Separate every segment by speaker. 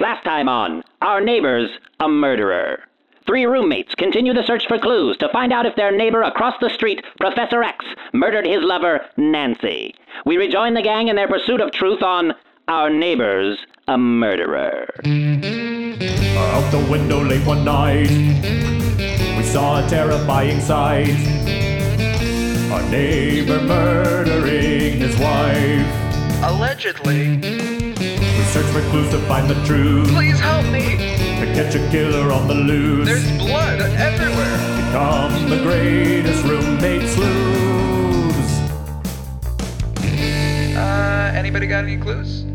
Speaker 1: Last time on Our Neighbor's a Murderer. Three roommates continue the search for clues to find out if their neighbor across the street, Professor X, murdered his lover, Nancy. We rejoin the gang in their pursuit of truth on Our Neighbor's a Murderer.
Speaker 2: Out the window late one night, we saw a terrifying sight. Our neighbor murdering his wife.
Speaker 3: Allegedly.
Speaker 2: We searched for clues to find the truth,
Speaker 3: Please help me.
Speaker 2: to catch a killer on the loose.
Speaker 3: There's blood everywhere.
Speaker 2: Become the greatest roommate sleuths.
Speaker 3: Uh, anybody got any clues?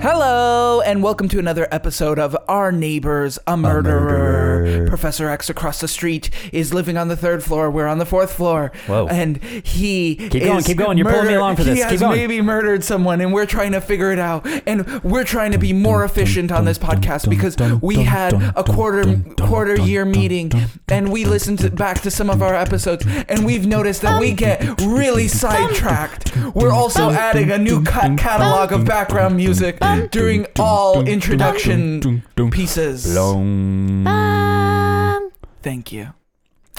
Speaker 4: Hello, and welcome to another episode of Our Neighbors, a Murderer. Professor X across the street is living on the third floor. We're on the fourth floor.
Speaker 5: Whoa.
Speaker 4: And he Keep
Speaker 5: going, keep going. You're pulling me along for this.
Speaker 4: He
Speaker 5: Keep
Speaker 4: has
Speaker 5: going.
Speaker 4: maybe murdered someone, and we're trying to figure it out. And we're trying to be more efficient on this podcast because we had a quarter quarter year meeting, and we listened to- back to some of our episodes, and we've noticed that
Speaker 5: Um,
Speaker 4: we get really sidetracked. We're also adding a new ca- catalog of background music during all introduction pieces.
Speaker 5: Long.
Speaker 6: Um,
Speaker 4: Thank you.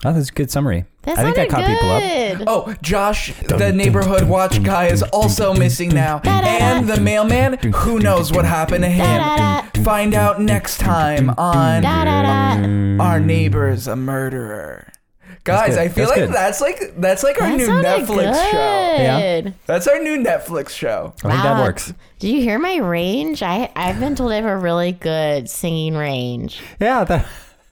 Speaker 5: Oh, that's a good summary.
Speaker 6: that
Speaker 5: I think I
Speaker 6: sounded
Speaker 5: caught people up.
Speaker 6: good.
Speaker 4: Oh, Josh, the neighborhood watch guy is also missing now. And the mailman, who knows what happened
Speaker 5: Oh,
Speaker 4: to him? Find out next time on
Speaker 6: Da, da, da.
Speaker 4: Our Neighbor's a Murderer. Guys,
Speaker 5: good.
Speaker 4: I feel
Speaker 5: That's
Speaker 4: like
Speaker 5: good.
Speaker 4: that's like that's like our
Speaker 6: That
Speaker 4: new
Speaker 6: sounded
Speaker 4: Netflix show.
Speaker 6: good.
Speaker 4: That's our new Netflix show.
Speaker 5: I think that
Speaker 6: Wow.
Speaker 5: works.
Speaker 6: Did you hear my range? I I've been told I have a really good singing range.
Speaker 5: Yeah. That,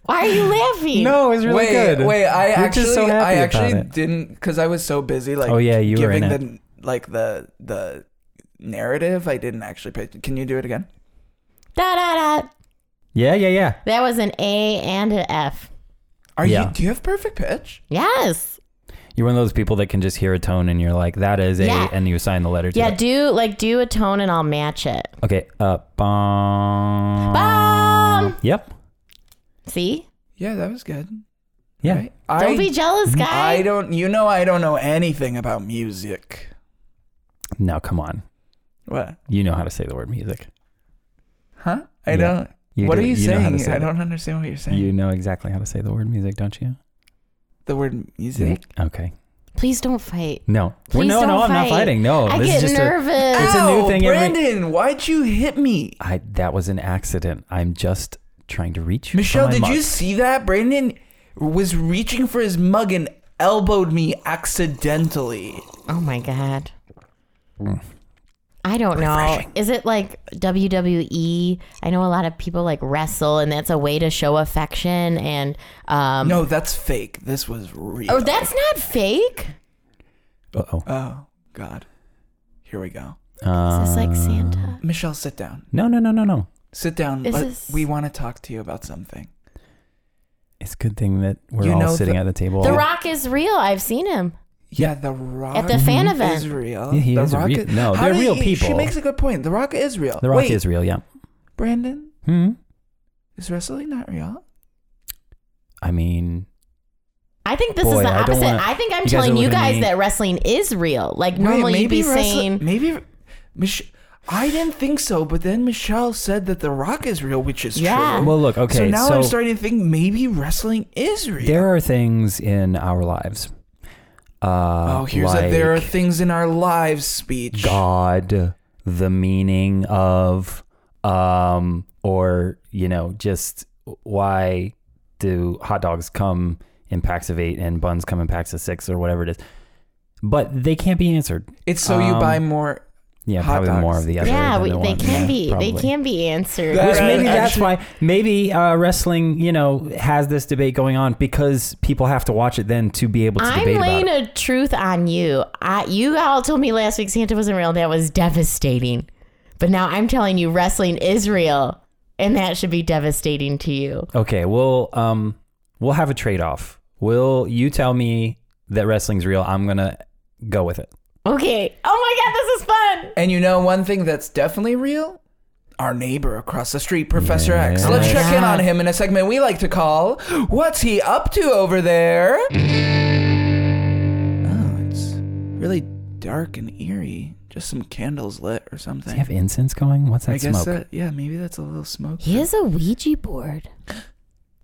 Speaker 6: Why are you laughing?
Speaker 5: no, it's really
Speaker 4: wait,
Speaker 5: good.
Speaker 4: wait, I
Speaker 5: You're
Speaker 4: actually
Speaker 5: just so happy
Speaker 4: I
Speaker 5: about
Speaker 4: actually
Speaker 5: it.
Speaker 4: didn't because I was so busy like
Speaker 5: Oh, yeah, you were
Speaker 4: giving
Speaker 5: in
Speaker 4: the like the the narrative. I didn't actually pay can you do it again?
Speaker 6: Da da da.
Speaker 5: Yeah, yeah, yeah.
Speaker 6: That was an A and an F.
Speaker 4: Are
Speaker 5: Yeah.
Speaker 4: you do you have perfect pitch?
Speaker 6: Yes.
Speaker 5: You're one of those people that can just hear a tone and you're like, that is a,
Speaker 6: Yeah.
Speaker 5: and you assign the letter to
Speaker 6: Yeah.
Speaker 5: it.
Speaker 6: Do like do a tone and I'll match it.
Speaker 5: Okay. Uh, bum.
Speaker 6: Bum.
Speaker 5: Yep.
Speaker 6: See?
Speaker 4: Yeah, that was good.
Speaker 5: Yeah.
Speaker 4: Right?
Speaker 6: Don't
Speaker 4: I,
Speaker 6: be jealous, guy.
Speaker 4: I don't. You know, I don't know anything about music.
Speaker 5: No, come on.
Speaker 4: What?
Speaker 5: You know how to say the word music.
Speaker 4: Huh? I
Speaker 5: Yeah,
Speaker 4: don't.
Speaker 5: you
Speaker 4: what
Speaker 5: do-
Speaker 4: are you,
Speaker 5: you know how to
Speaker 4: saying?
Speaker 5: say
Speaker 4: I
Speaker 5: that.
Speaker 4: don't understand what you're saying.
Speaker 5: You know exactly how to say the word music, don't you?
Speaker 4: the word music.
Speaker 5: Okay.
Speaker 6: Please don't fight.
Speaker 5: No. Well,
Speaker 6: Please
Speaker 5: no,
Speaker 6: don't
Speaker 5: no, I'm not
Speaker 6: fight.
Speaker 5: fighting. No.
Speaker 6: I
Speaker 5: this
Speaker 6: get
Speaker 5: is just
Speaker 6: nervous.
Speaker 5: A, it's a
Speaker 4: Ow,
Speaker 5: new thing every.
Speaker 4: Brandon, why'd you hit me?
Speaker 5: I, that was an accident. I'm just trying to reach you. for
Speaker 4: Michelle,
Speaker 5: my
Speaker 4: did
Speaker 5: mug.
Speaker 4: you see that? Brandon was reaching for his mug and elbowed me accidentally.
Speaker 6: Oh my god.
Speaker 5: Mm.
Speaker 6: I don't know. Is it like WWE? I know a lot of people like wrestle, and that's a way to show affection. And um,
Speaker 4: No, that's fake. This was real.
Speaker 6: oh, that's not fake.
Speaker 5: Uh-oh.
Speaker 4: Oh God. Here we go.
Speaker 5: Uh,
Speaker 6: Is this like Santa?
Speaker 4: Michelle, sit down.
Speaker 5: No, no, no, no, no.
Speaker 4: Sit down.
Speaker 6: Is
Speaker 4: Let-
Speaker 6: this-
Speaker 4: We want to talk to you about something.
Speaker 5: It's a good thing that we're
Speaker 4: You
Speaker 5: all
Speaker 4: know
Speaker 5: sitting
Speaker 4: the-
Speaker 5: at the table.
Speaker 6: The Rock is real. I've seen him.
Speaker 4: Yeah, The Rock
Speaker 6: At the fan event.
Speaker 4: is real.
Speaker 5: Yeah, he
Speaker 4: the
Speaker 5: is
Speaker 4: Rock
Speaker 5: real- no,
Speaker 4: How
Speaker 5: they're
Speaker 4: do
Speaker 5: real
Speaker 4: you- She
Speaker 5: people.
Speaker 4: makes a good point. The Rock is real.
Speaker 5: The Rock
Speaker 4: Wait,
Speaker 5: is real, yeah.
Speaker 4: Brandon,
Speaker 5: Hmm.
Speaker 4: is wrestling not real?
Speaker 5: I mean,
Speaker 6: I think this
Speaker 5: Boy,
Speaker 6: is the
Speaker 5: I don't
Speaker 6: opposite.
Speaker 5: wanna-
Speaker 6: I think I'm
Speaker 5: you guys are
Speaker 6: telling you
Speaker 5: looking at
Speaker 6: guys
Speaker 5: me.
Speaker 6: that wrestling is real. Like
Speaker 4: Wait,
Speaker 6: normally you'd be
Speaker 4: wrestling-
Speaker 6: saying
Speaker 4: maybe. Mich- I didn't think so, but then Michelle said that The Rock is real, which is
Speaker 6: Yeah.
Speaker 4: true.
Speaker 5: Well, look, okay,
Speaker 4: Ah. So now I'm
Speaker 5: so-
Speaker 4: starting to think maybe wrestling is real.
Speaker 5: there are things in our lives. Uh,
Speaker 4: oh, here's
Speaker 5: like
Speaker 4: a there are things in our lives speech.
Speaker 5: God, the meaning of, um, or you know, just why do hot dogs come in packs of eight and buns come in packs of six or whatever it is? But they can't be answered.
Speaker 4: It's so you
Speaker 5: Um,
Speaker 4: buy more.
Speaker 5: Yeah,
Speaker 4: Hot
Speaker 5: probably more
Speaker 4: dogs.
Speaker 5: of the other.
Speaker 6: yeah,
Speaker 5: than
Speaker 6: we,
Speaker 5: the
Speaker 6: they
Speaker 5: one.
Speaker 6: can
Speaker 5: Yeah,
Speaker 6: be they
Speaker 5: probably.
Speaker 6: can be answered.
Speaker 4: That-
Speaker 5: Which
Speaker 4: Uh,
Speaker 5: maybe that's
Speaker 4: actually-
Speaker 5: why maybe uh, wrestling, you know, has this debate going on because people have to watch it then to be able to debate
Speaker 6: I'm
Speaker 5: about
Speaker 6: laying
Speaker 5: it.
Speaker 6: a truth on you. I, you all told me last week Santa wasn't real. That was devastating. But now I'm telling you wrestling is real, and that should be devastating to you.
Speaker 5: Okay, we'll um we'll have a trade off. Will you tell me that wrestling's real? I'm gonna go with it.
Speaker 6: Okay. Oh my god, this is fun.
Speaker 4: And you know one thing that's definitely real? Our neighbor across the street, Professor X.
Speaker 5: Yeah.
Speaker 4: Let's
Speaker 6: Oh my
Speaker 4: check in on
Speaker 6: God.
Speaker 4: him in a segment we like to call What's He Up To Over There? Oh, it's really dark and eerie, just some candles lit or something.
Speaker 5: Do you have incense going? What's that
Speaker 4: I guess
Speaker 5: smoke?
Speaker 4: that yeah, maybe that's a little smoke.
Speaker 6: He has a Ouija board.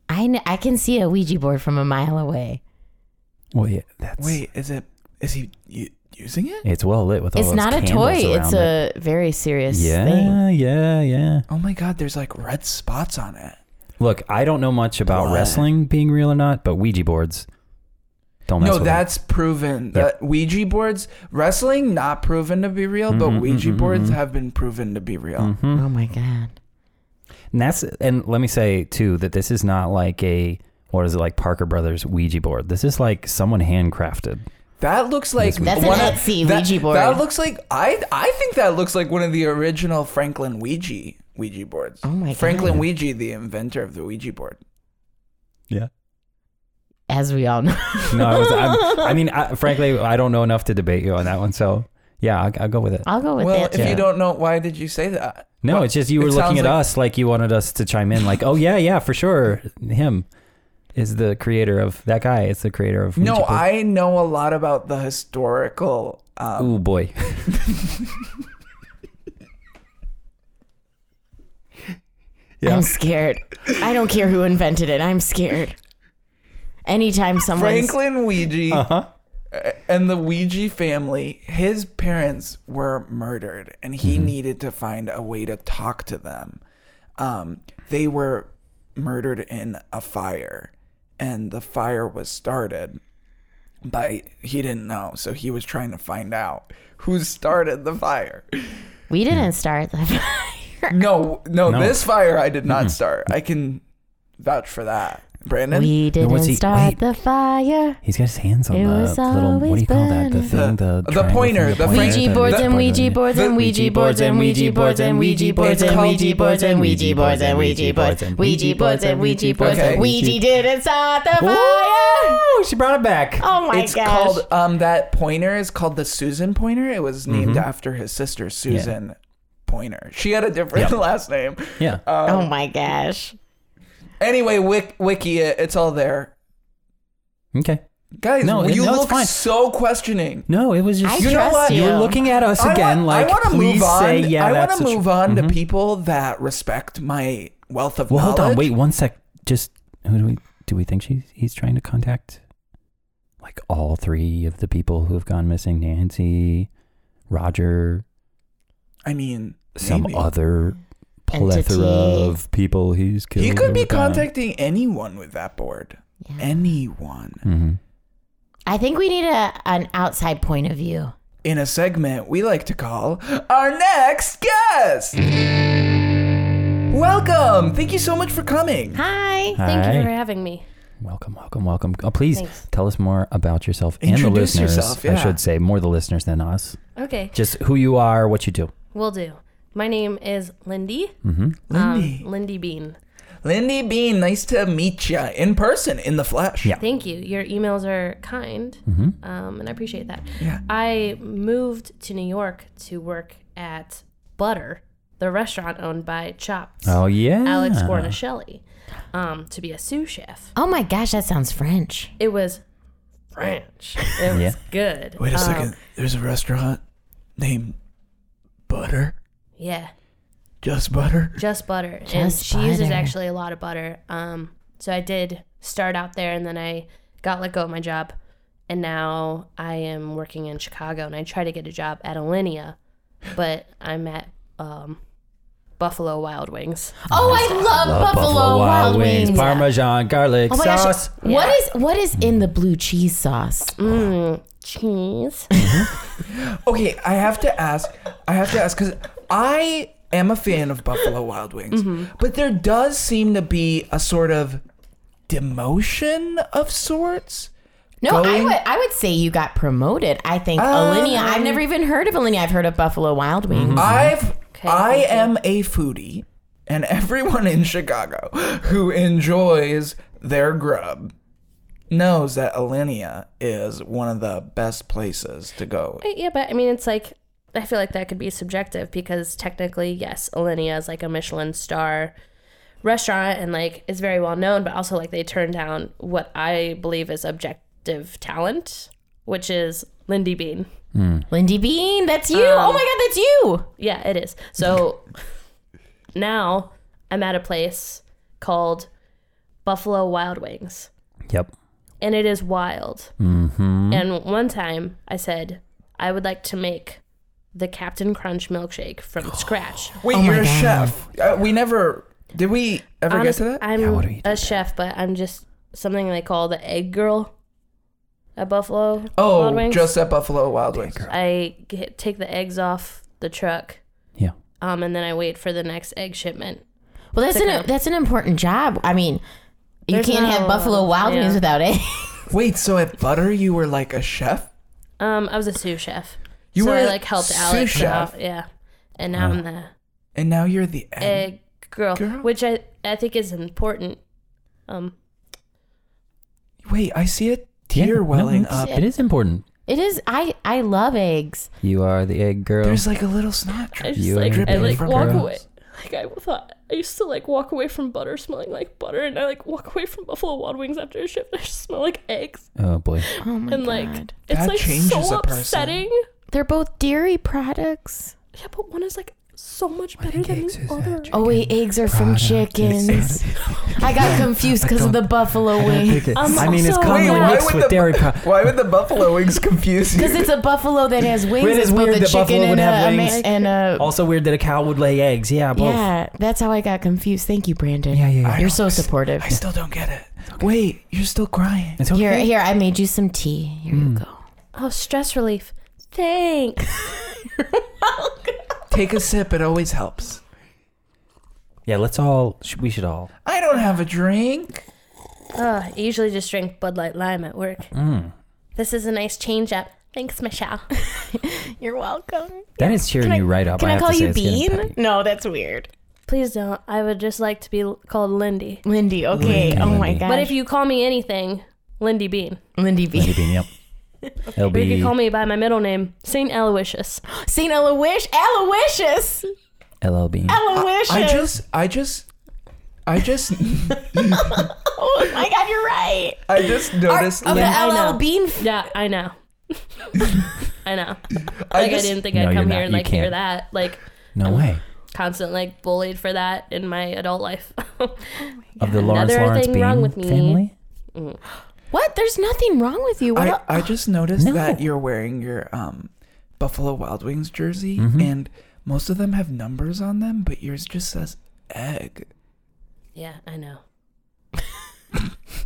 Speaker 6: I kn- I can see a Ouija board from a mile away.
Speaker 5: well, yeah, that's
Speaker 4: Wait, is it? Is he u- using it?
Speaker 5: It's well lit with all
Speaker 6: it's
Speaker 5: those
Speaker 6: not a
Speaker 5: candles
Speaker 6: toy. It's
Speaker 5: around it.
Speaker 6: a very serious
Speaker 5: yeah,
Speaker 6: thing.
Speaker 5: yeah, yeah.
Speaker 4: Oh my God! There's like red spots on it.
Speaker 5: Look, I don't know much about
Speaker 4: Blood.
Speaker 5: wrestling being real or not, but Ouija boards don't mess
Speaker 4: No,
Speaker 5: with
Speaker 4: that's proven. That Ouija boards, wrestling, not proven to be real,
Speaker 5: Mm-hmm,
Speaker 4: but Ouija boards have been proven to be real.
Speaker 5: Mm.
Speaker 6: Oh my god.
Speaker 5: them. And that's and let me say too that this is not like a what is it like Parker Brothers Ouija board. This is like someone handcrafted.
Speaker 4: That looks like
Speaker 6: That's an
Speaker 4: one of-
Speaker 6: Etsy
Speaker 4: that-
Speaker 6: Ouija board.
Speaker 4: That looks like I I think that looks like one of the original Franklin Ouija Ouija boards.
Speaker 6: Oh my
Speaker 4: Franklin
Speaker 6: God.
Speaker 4: Ouija, the inventor of the Ouija board.
Speaker 5: Yeah.
Speaker 6: As we all know.
Speaker 5: No, I, was, I'm, I mean, I, frankly, I don't know enough to debate you on that one. So yeah, I'll, I'll go with it.
Speaker 6: I'll go with
Speaker 4: well,
Speaker 6: that.
Speaker 4: if
Speaker 6: too.
Speaker 4: you don't know, why did you say that?
Speaker 5: No,
Speaker 4: Well,
Speaker 5: it's just you were
Speaker 4: it
Speaker 5: looking
Speaker 4: sounds
Speaker 5: at
Speaker 4: like-
Speaker 5: us like you wanted us to chime in, like, oh yeah, yeah, for sure, him is the creator of that guy. It's the creator of
Speaker 4: No,
Speaker 5: Ouija board.
Speaker 4: I know a lot about the historical. Um,
Speaker 5: Ooh boy.
Speaker 6: I'm scared. I don't care who invented it. I'm scared. Anytime someone's
Speaker 4: Franklin Ouija and the Ouija family, his parents were murdered, and he needed to find a way to talk to them. Um, they were murdered in a fire, and the fire was started by he didn't know, so he was trying to find out who started the fire.
Speaker 6: we didn't start the fire.
Speaker 4: No, no,
Speaker 5: No.
Speaker 4: this fire I did not start. I can vouch for that, Brandon.
Speaker 6: We didn't
Speaker 5: what's he-
Speaker 6: start
Speaker 5: wait.
Speaker 6: the fire.
Speaker 5: He's got his hands on
Speaker 6: It was
Speaker 5: the little what do you call that? The
Speaker 6: always
Speaker 5: thing, the
Speaker 4: The
Speaker 5: triangle
Speaker 4: pointer,
Speaker 5: thing,
Speaker 4: the Ouija
Speaker 6: Ouija
Speaker 4: Franklin-
Speaker 6: boards
Speaker 4: the-
Speaker 6: and Ouija boards and Ouija boards and Ouija boards and Ouija boards and Ouija boards and Ouija boards and Ouija boards and Ouija boards and Ouija boards
Speaker 4: Okay.
Speaker 6: and Ouija didn't start the fire.
Speaker 5: Ooh, she brought it back.
Speaker 6: Oh my
Speaker 4: it's
Speaker 6: gosh.
Speaker 4: called um that pointer is called the Susan Pointer. It was named
Speaker 5: Mm-hmm.
Speaker 4: after his sister Susan Pointer. She had a different last name. Um,
Speaker 5: Yeah.
Speaker 6: oh my gosh.
Speaker 4: Anyway, wik- wiki it. It's all there.
Speaker 5: okay.
Speaker 4: Guys,
Speaker 5: No,
Speaker 4: you
Speaker 5: no, it's
Speaker 4: look
Speaker 5: fine.
Speaker 4: so questioning.
Speaker 5: No, it was
Speaker 6: I
Speaker 5: just
Speaker 6: You know trust what? you.
Speaker 5: You were looking at us again
Speaker 4: I
Speaker 5: like
Speaker 4: want to
Speaker 5: please
Speaker 4: move on.
Speaker 5: say yeah.
Speaker 4: I want
Speaker 5: that's
Speaker 4: to
Speaker 5: the tr-
Speaker 4: move on to people that respect my wealth of
Speaker 5: Well,
Speaker 4: knowledge.
Speaker 5: hold on. Wait one sec. Just who do we do we think she's he's trying to contact? Like all three of the people who have gone missing: Nancy, Roger,
Speaker 4: I mean,
Speaker 5: some
Speaker 4: maybe.
Speaker 5: other plethora
Speaker 6: Entity.
Speaker 5: of people he's killed.
Speaker 4: He could be
Speaker 5: over time.
Speaker 4: contacting anyone with that board.
Speaker 6: Yeah.
Speaker 4: Anyone.
Speaker 5: Mhm.
Speaker 6: I think we need a an outside point of view.
Speaker 4: in a segment we like to call our next guest. Welcome! Thank you so much for coming.
Speaker 7: Hi.
Speaker 5: Thank
Speaker 7: Thank
Speaker 5: you Hi.
Speaker 7: you
Speaker 5: for
Speaker 7: for having me.
Speaker 5: Welcome, welcome, welcome. Oh, please
Speaker 7: Thanks.
Speaker 5: tell us more about yourself and the
Speaker 4: Introduce
Speaker 5: listeners.
Speaker 4: yourself,
Speaker 5: I
Speaker 4: yeah.
Speaker 5: should say more the listeners than us.
Speaker 7: Okay.
Speaker 5: Just who you are, what you do.
Speaker 7: Will do. My name is Lindy.
Speaker 4: Mm. Lindy.
Speaker 7: Um, Lindy Bean.
Speaker 4: Lindy Bean, nice to meet you in person, in the flesh.
Speaker 5: Yeah.
Speaker 7: Thank you. Your emails are kind, um, and I appreciate that.
Speaker 4: Mm-hmm. Yeah.
Speaker 7: I moved to New York to work at Butter, the restaurant owned by Chops,
Speaker 5: Oh yeah,
Speaker 7: Alex Gornishelli, um, to be a sous chef.
Speaker 6: Oh my gosh, that sounds French.
Speaker 7: It was French. It was
Speaker 5: Yeah.
Speaker 7: good.
Speaker 4: Wait a
Speaker 6: Uh,
Speaker 7: Um,
Speaker 4: second. There's a restaurant named Butter.
Speaker 7: Yeah.
Speaker 4: Just Butter.
Speaker 7: just butter and
Speaker 6: Just
Speaker 7: she uses
Speaker 6: butter.
Speaker 7: actually a lot of butter um so i did start out there and then i got let go of my job and now i am working in chicago and i try to get a job at alinea but i'm at um buffalo wild wings
Speaker 6: Oh, I love, Buffalo, Wild, Wings.
Speaker 5: Parmesan, garlic
Speaker 6: Oh my gosh.
Speaker 5: sauce.
Speaker 6: What is what is in the blue cheese sauce? Mm,
Speaker 7: cheese
Speaker 4: Okay, I have to ask. I have to ask because I am a fan of Buffalo Wild Wings,
Speaker 6: Mm-hmm.
Speaker 4: but there does seem to be a sort of demotion of sorts.
Speaker 6: No, I
Speaker 4: Going-
Speaker 6: would I would say you got promoted. I think Alinea. I've never even heard of Alinea. I've heard of Buffalo Wild Wings.
Speaker 4: I've I
Speaker 7: thank you.
Speaker 4: am a foodie, and everyone in Chicago who enjoys their grub knows that Alinea is one of the best places to go.
Speaker 7: Right, Yeah, but I mean, it's like I feel like that could be subjective because technically, yes, Alinea is like a Michelin star restaurant and like is very well known, but also like they turn down what I believe is objective talent. which is Lindy Bean.
Speaker 6: Lindy Bean, that's you. oh my God, that's you.
Speaker 7: Yeah, it is. So now I'm at a place called Buffalo Wild Wings,
Speaker 5: Yep.
Speaker 7: and it is wild.
Speaker 4: Mm-hmm.
Speaker 7: And one time I said, I would like to make the Captain Crunch milkshake from scratch.
Speaker 4: Wait, you're a chef. Uh, we never did. We ever
Speaker 7: Honest-
Speaker 4: get to that?
Speaker 7: I'm
Speaker 5: what do you
Speaker 7: a chef, but I'm just something they call the egg girl at Buffalo Wild
Speaker 4: oh,
Speaker 7: Wings.
Speaker 4: just at Buffalo Wild Wings.
Speaker 7: I get, take the eggs off the truck,
Speaker 5: Yeah.
Speaker 7: um, and then I wait for the next egg shipment.
Speaker 6: Well, that's an
Speaker 7: okay.
Speaker 6: that's an important job. I mean, you
Speaker 7: There's
Speaker 6: can't
Speaker 7: not
Speaker 6: have
Speaker 7: a lot of-
Speaker 6: Buffalo Wild Wings
Speaker 7: yeah.
Speaker 6: without it.
Speaker 4: Wait, so at Butter you were like a chef?
Speaker 7: Um, I was a sous chef.
Speaker 4: You
Speaker 7: so
Speaker 4: were
Speaker 7: I
Speaker 4: a
Speaker 7: like helped
Speaker 4: sous
Speaker 7: Alex
Speaker 4: chef?
Speaker 7: out. Yeah. And now I'm the
Speaker 4: And now you're the egg.
Speaker 7: egg girl,
Speaker 4: girl?
Speaker 7: which I, I think is important. Um,
Speaker 4: Wait, I see a tear
Speaker 5: Yeah, no,
Speaker 4: welling
Speaker 5: it's-
Speaker 4: up.
Speaker 5: It is important.
Speaker 6: it is. I I love eggs.
Speaker 5: You are the egg girl.
Speaker 4: There's like a little snot
Speaker 7: I
Speaker 4: drip.
Speaker 7: just
Speaker 5: You
Speaker 7: like
Speaker 5: are
Speaker 7: I
Speaker 4: dripping
Speaker 7: like
Speaker 4: from
Speaker 7: walk
Speaker 4: girls.
Speaker 7: away. Like I thought I used to like walk away from butter smelling like butter, and I like walk away from Buffalo Wild Wings after a shift. I just smell like eggs,
Speaker 5: oh boy.
Speaker 6: Oh my
Speaker 7: and like
Speaker 6: God.
Speaker 7: it's
Speaker 4: That
Speaker 7: like
Speaker 4: changes
Speaker 7: so
Speaker 4: a person.
Speaker 7: upsetting.
Speaker 6: They're both dairy products.
Speaker 7: Yeah, but one is like so much better
Speaker 4: think
Speaker 7: than
Speaker 4: eggs is
Speaker 7: the other.
Speaker 4: actually-
Speaker 6: Oh wait, eggs are from
Speaker 4: Product.
Speaker 6: chickens. I got confused because of the buffalo wings.
Speaker 7: Um,
Speaker 5: I mean, it's
Speaker 7: also-
Speaker 5: commonly
Speaker 7: Wait, why
Speaker 5: mixed with
Speaker 4: the,
Speaker 5: dairy. Pro-
Speaker 4: Why would the buffalo wings confuse
Speaker 6: Because
Speaker 4: you?
Speaker 6: it's a buffalo that has wings.
Speaker 5: It is
Speaker 6: it's both
Speaker 5: weird
Speaker 6: a
Speaker 5: that
Speaker 6: chicken
Speaker 5: buffalo
Speaker 6: and,
Speaker 5: would have
Speaker 6: a, a ma-
Speaker 5: wings.
Speaker 6: and a
Speaker 5: also weird that a cow would lay eggs. Yeah, both.
Speaker 6: yeah. That's how I got confused. Thank you, Brandon.
Speaker 5: Yeah, yeah, yeah.
Speaker 6: You're so supportive.
Speaker 4: I still don't get it. Wait, you're still crying.
Speaker 5: It's okay. Mm.
Speaker 6: Here, here. I made you some tea. Here you go.
Speaker 7: Oh, stress relief. Thanks.
Speaker 4: Take a sip. It always helps.
Speaker 5: Yeah, let's all. sh- We should all.
Speaker 4: I don't have a drink.
Speaker 7: Ugh, I usually just drink Bud Light Lime at work.
Speaker 4: Mm.
Speaker 7: This is a nice change up. Thanks, Michelle.
Speaker 6: You're welcome.
Speaker 5: That is cheering you right up.
Speaker 6: Can I,
Speaker 5: have
Speaker 6: call
Speaker 5: to say,
Speaker 6: you
Speaker 5: it's getting
Speaker 6: Bean?
Speaker 5: peppy.
Speaker 6: No, that's weird.
Speaker 7: Please don't. I would just like to be l- called Lindy.
Speaker 6: Lindy. Okay.
Speaker 5: Lindy,
Speaker 6: oh my
Speaker 5: Lindy.
Speaker 6: gosh.
Speaker 7: But if you call me anything, Lindy Bean.
Speaker 6: Lindy B.
Speaker 5: Bean, yep. It'll
Speaker 7: Or you
Speaker 5: be
Speaker 7: could call me by my middle name, Saint Aloysius.
Speaker 6: Saint Aloysius. Aloysius.
Speaker 5: LL Bean.
Speaker 6: Aloysius.
Speaker 4: I just, I just, I just,
Speaker 6: Oh my God, you're right.
Speaker 4: I just noticed.
Speaker 6: Of
Speaker 4: Lin-
Speaker 7: I
Speaker 6: the LL
Speaker 7: know.
Speaker 6: Bean.
Speaker 7: Yeah, I know. I know. Like
Speaker 4: I
Speaker 7: I,
Speaker 4: just,
Speaker 7: didn't think
Speaker 5: No,
Speaker 7: I'd
Speaker 5: you're
Speaker 7: come
Speaker 5: not.
Speaker 7: here and
Speaker 5: You
Speaker 7: like hear
Speaker 5: can't.
Speaker 7: that. Like
Speaker 5: No way.
Speaker 7: constant like bullied for that in my adult life.
Speaker 5: Of the Lawrence
Speaker 7: Another
Speaker 5: Lawrence
Speaker 7: thing
Speaker 5: Bean
Speaker 7: wrong with me.
Speaker 5: family.
Speaker 6: What? There's nothing wrong with you. What?
Speaker 4: I,
Speaker 6: el-
Speaker 4: I just noticed
Speaker 5: No.
Speaker 4: that you're wearing your um, Buffalo Wild Wings jersey,
Speaker 6: Mm-hmm.
Speaker 4: and most of them have numbers on them, but yours just says egg.
Speaker 7: yeah, I know.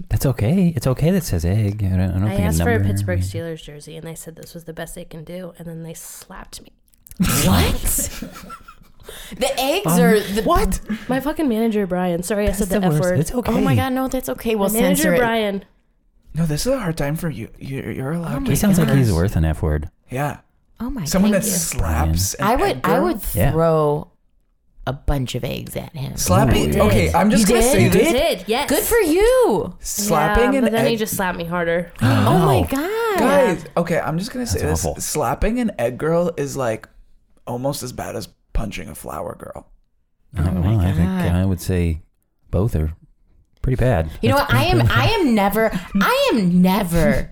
Speaker 5: That's okay. It's okay that says egg. I don't, I don't
Speaker 7: I
Speaker 5: think
Speaker 7: asked for
Speaker 5: number,
Speaker 7: a Pittsburgh Steelers jersey and they said this was the best they can do and then they slapped me.
Speaker 6: what? the eggs are the
Speaker 5: Um, What?
Speaker 7: My fucking manager Brian. Sorry I said the, F
Speaker 5: worst.
Speaker 7: word.
Speaker 5: It's okay.
Speaker 6: Oh my God, no, that's okay. We'll
Speaker 7: My manager
Speaker 6: censor it.
Speaker 7: Brian.
Speaker 4: No, this is a hard time for you. You're, you're allowed.
Speaker 5: Oh He
Speaker 4: to
Speaker 5: sounds like
Speaker 4: curse.
Speaker 5: he's worth an F word.
Speaker 4: Yeah,
Speaker 6: Oh my
Speaker 4: someone
Speaker 6: God.
Speaker 4: that slaps. an
Speaker 6: I would
Speaker 4: egg
Speaker 6: I
Speaker 4: girl.
Speaker 6: would
Speaker 5: Yeah.
Speaker 6: throw a bunch of eggs at him.
Speaker 4: slapping.
Speaker 5: Ooh.
Speaker 4: Okay, I'm just
Speaker 6: You
Speaker 4: gonna
Speaker 6: did?
Speaker 4: say
Speaker 6: You
Speaker 4: this:
Speaker 7: did, yes.
Speaker 6: Good for you.
Speaker 4: slapping
Speaker 7: yeah,
Speaker 4: an
Speaker 7: but then
Speaker 4: egg.
Speaker 7: he just slapped me harder.
Speaker 6: Oh my god.
Speaker 4: Guys, okay, I'm just gonna say
Speaker 5: That's
Speaker 4: this:
Speaker 5: awful.
Speaker 4: slapping an egg girl is like almost as bad as punching a flower girl.
Speaker 5: Uh, well, I think
Speaker 6: Oh God.
Speaker 5: I would say both are pretty bad.
Speaker 6: You know what? I am I am never I am never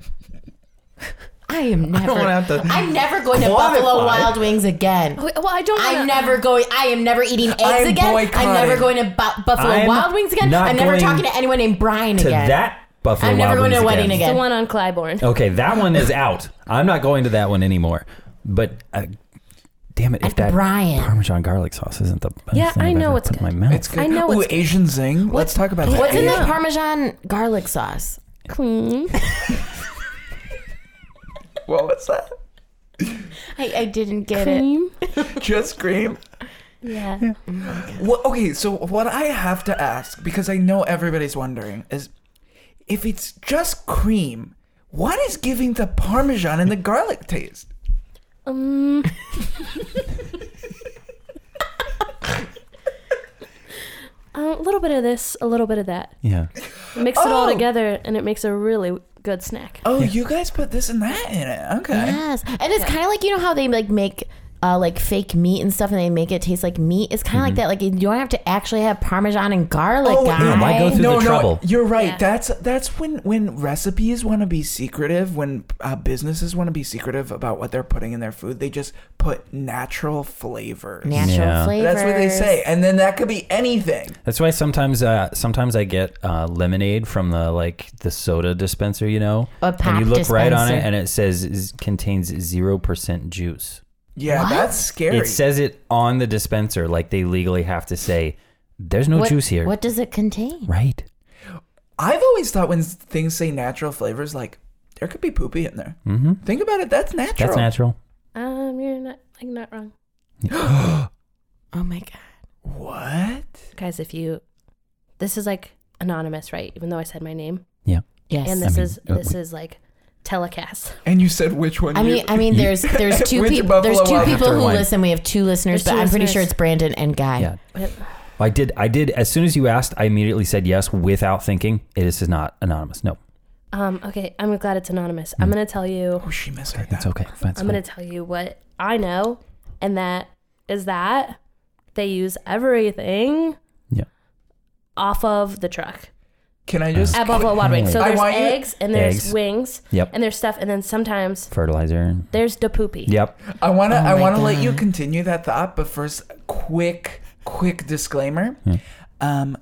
Speaker 6: I am never
Speaker 4: wanna have to
Speaker 6: I'm never going to
Speaker 4: quantify.
Speaker 6: Buffalo Wild Wings again.
Speaker 7: Wait, Well, I don't wanna-
Speaker 6: I'm never going. I am never eating eggs
Speaker 4: I'm
Speaker 6: again.
Speaker 4: boycotting.
Speaker 6: I'm never going to Bu- Buffalo
Speaker 5: I'm
Speaker 6: Wild Wings again.
Speaker 5: not
Speaker 6: I'm never
Speaker 5: going
Speaker 6: talking to anyone named Brian
Speaker 5: to
Speaker 6: again.
Speaker 5: that Buffalo
Speaker 6: I'm never
Speaker 5: Wild
Speaker 6: going to a
Speaker 5: Wings
Speaker 6: wedding
Speaker 7: the
Speaker 6: again.
Speaker 7: one on Clybourne.
Speaker 5: Okay, that one is out. I'm not going to that one anymore. But uh, damn it, if
Speaker 6: At the
Speaker 5: that
Speaker 6: Brian.
Speaker 5: Parmesan garlic sauce isn't the best
Speaker 7: Yeah,
Speaker 5: thing
Speaker 7: I
Speaker 5: I've
Speaker 7: know
Speaker 5: ever
Speaker 7: it's
Speaker 5: put in
Speaker 7: good.
Speaker 5: my mouth.
Speaker 4: It's good.
Speaker 7: I know
Speaker 4: Ooh,
Speaker 7: it's-
Speaker 4: Asian zing. Let's talk about
Speaker 6: What's
Speaker 4: that.
Speaker 6: in
Speaker 4: Asian-
Speaker 6: that Parmesan garlic sauce?
Speaker 7: Clean.
Speaker 4: What was that?
Speaker 6: I, I didn't get it.
Speaker 7: Cream.
Speaker 4: Just scream.
Speaker 7: Yeah.
Speaker 4: Well, okay, so what I have to ask, because I know everybody's wondering, is if it's just cream, what is giving the parmesan and the garlic taste?
Speaker 7: Um. a little bit of this, a little bit of that.
Speaker 5: yeah.
Speaker 7: Mix it all
Speaker 4: Oh.
Speaker 7: together, and it makes a really good snack.
Speaker 4: Oh, you guys put this and that in it. Okay.
Speaker 6: Yes, and it's kind of like you know how they like make uh, like fake meat and stuff, and they make it taste like meat. It's kind of like that. Like you don't have to actually have Parmesan and garlic.
Speaker 4: Mm-hmm. Oh,
Speaker 6: guy.
Speaker 4: no,
Speaker 5: why go through
Speaker 4: no,
Speaker 5: the
Speaker 4: no,
Speaker 5: trouble?
Speaker 4: You're right.
Speaker 7: Yeah.
Speaker 4: That's that's when when recipes want to be secretive, when uh, businesses want to be secretive about what they're putting in their food, they just put natural flavors.
Speaker 6: Natural
Speaker 5: Yeah.
Speaker 6: flavors.
Speaker 4: That's what they say, and then that could be anything.
Speaker 5: That's why sometimes uh, sometimes I get uh, lemonade from the like the soda dispenser, you know,
Speaker 6: A
Speaker 5: and
Speaker 6: pop
Speaker 5: you look right on it
Speaker 6: dispenser.
Speaker 5: and it says is, contains zero percent juice.
Speaker 4: Yeah,
Speaker 6: What?
Speaker 4: that's scary.
Speaker 5: It says it on the dispenser, like they legally have to say, "There's no
Speaker 6: What-
Speaker 5: juice here."
Speaker 6: What does it contain?
Speaker 5: Right?
Speaker 4: I've always thought when things say natural flavors, like there could be poopy in there. Mm-hmm. Think about it. That's natural.
Speaker 5: That's natural.
Speaker 7: Um, you're not like not wrong,
Speaker 6: Oh my god.
Speaker 4: What?
Speaker 7: guys. If you, this is like anonymous, right? Even though I said my name,
Speaker 5: Yeah.
Speaker 6: Yes.
Speaker 7: and this
Speaker 5: mean,
Speaker 7: is
Speaker 5: uh,
Speaker 7: this
Speaker 5: we-
Speaker 7: is like telecast.
Speaker 4: And you said which one?
Speaker 6: I
Speaker 4: you-
Speaker 6: mean, I mean, there's there's two
Speaker 4: With your
Speaker 6: people there's
Speaker 4: Buffalo
Speaker 6: two
Speaker 4: Wild Wings
Speaker 6: people
Speaker 5: or
Speaker 6: who
Speaker 5: wine.
Speaker 6: listen. We have two listeners,
Speaker 7: There's
Speaker 6: but
Speaker 7: two
Speaker 6: I'm pretty sure
Speaker 7: listeners.
Speaker 6: it's Brandon and Guy.
Speaker 5: Yeah. I did. I did. As soon as you asked, I immediately said yes without thinking. It is not anonymous. No,
Speaker 7: Um, okay, I'm glad it's anonymous. I'm
Speaker 5: Mm.
Speaker 7: gonna tell you.
Speaker 4: oh, she misheard
Speaker 5: it's
Speaker 4: that.
Speaker 5: okay. That's
Speaker 7: I'm
Speaker 5: fine.
Speaker 7: gonna tell you what I know, and that is that they use everything
Speaker 5: Yeah.
Speaker 7: off of the truck
Speaker 4: Can I just?
Speaker 7: at Buffalo Wild Wings. So
Speaker 4: I
Speaker 7: there's
Speaker 4: want you-
Speaker 7: eggs and there's
Speaker 5: Eggs.
Speaker 7: wings
Speaker 5: Yep.
Speaker 7: and there's stuff, and then sometimes
Speaker 5: Fertilizer.
Speaker 7: there's da poopy.
Speaker 5: Yep.
Speaker 4: I wanna I
Speaker 6: my
Speaker 4: wanna let you
Speaker 6: God.
Speaker 5: Mm-hmm.
Speaker 4: continue that thought, but first quick quick disclaimer. Um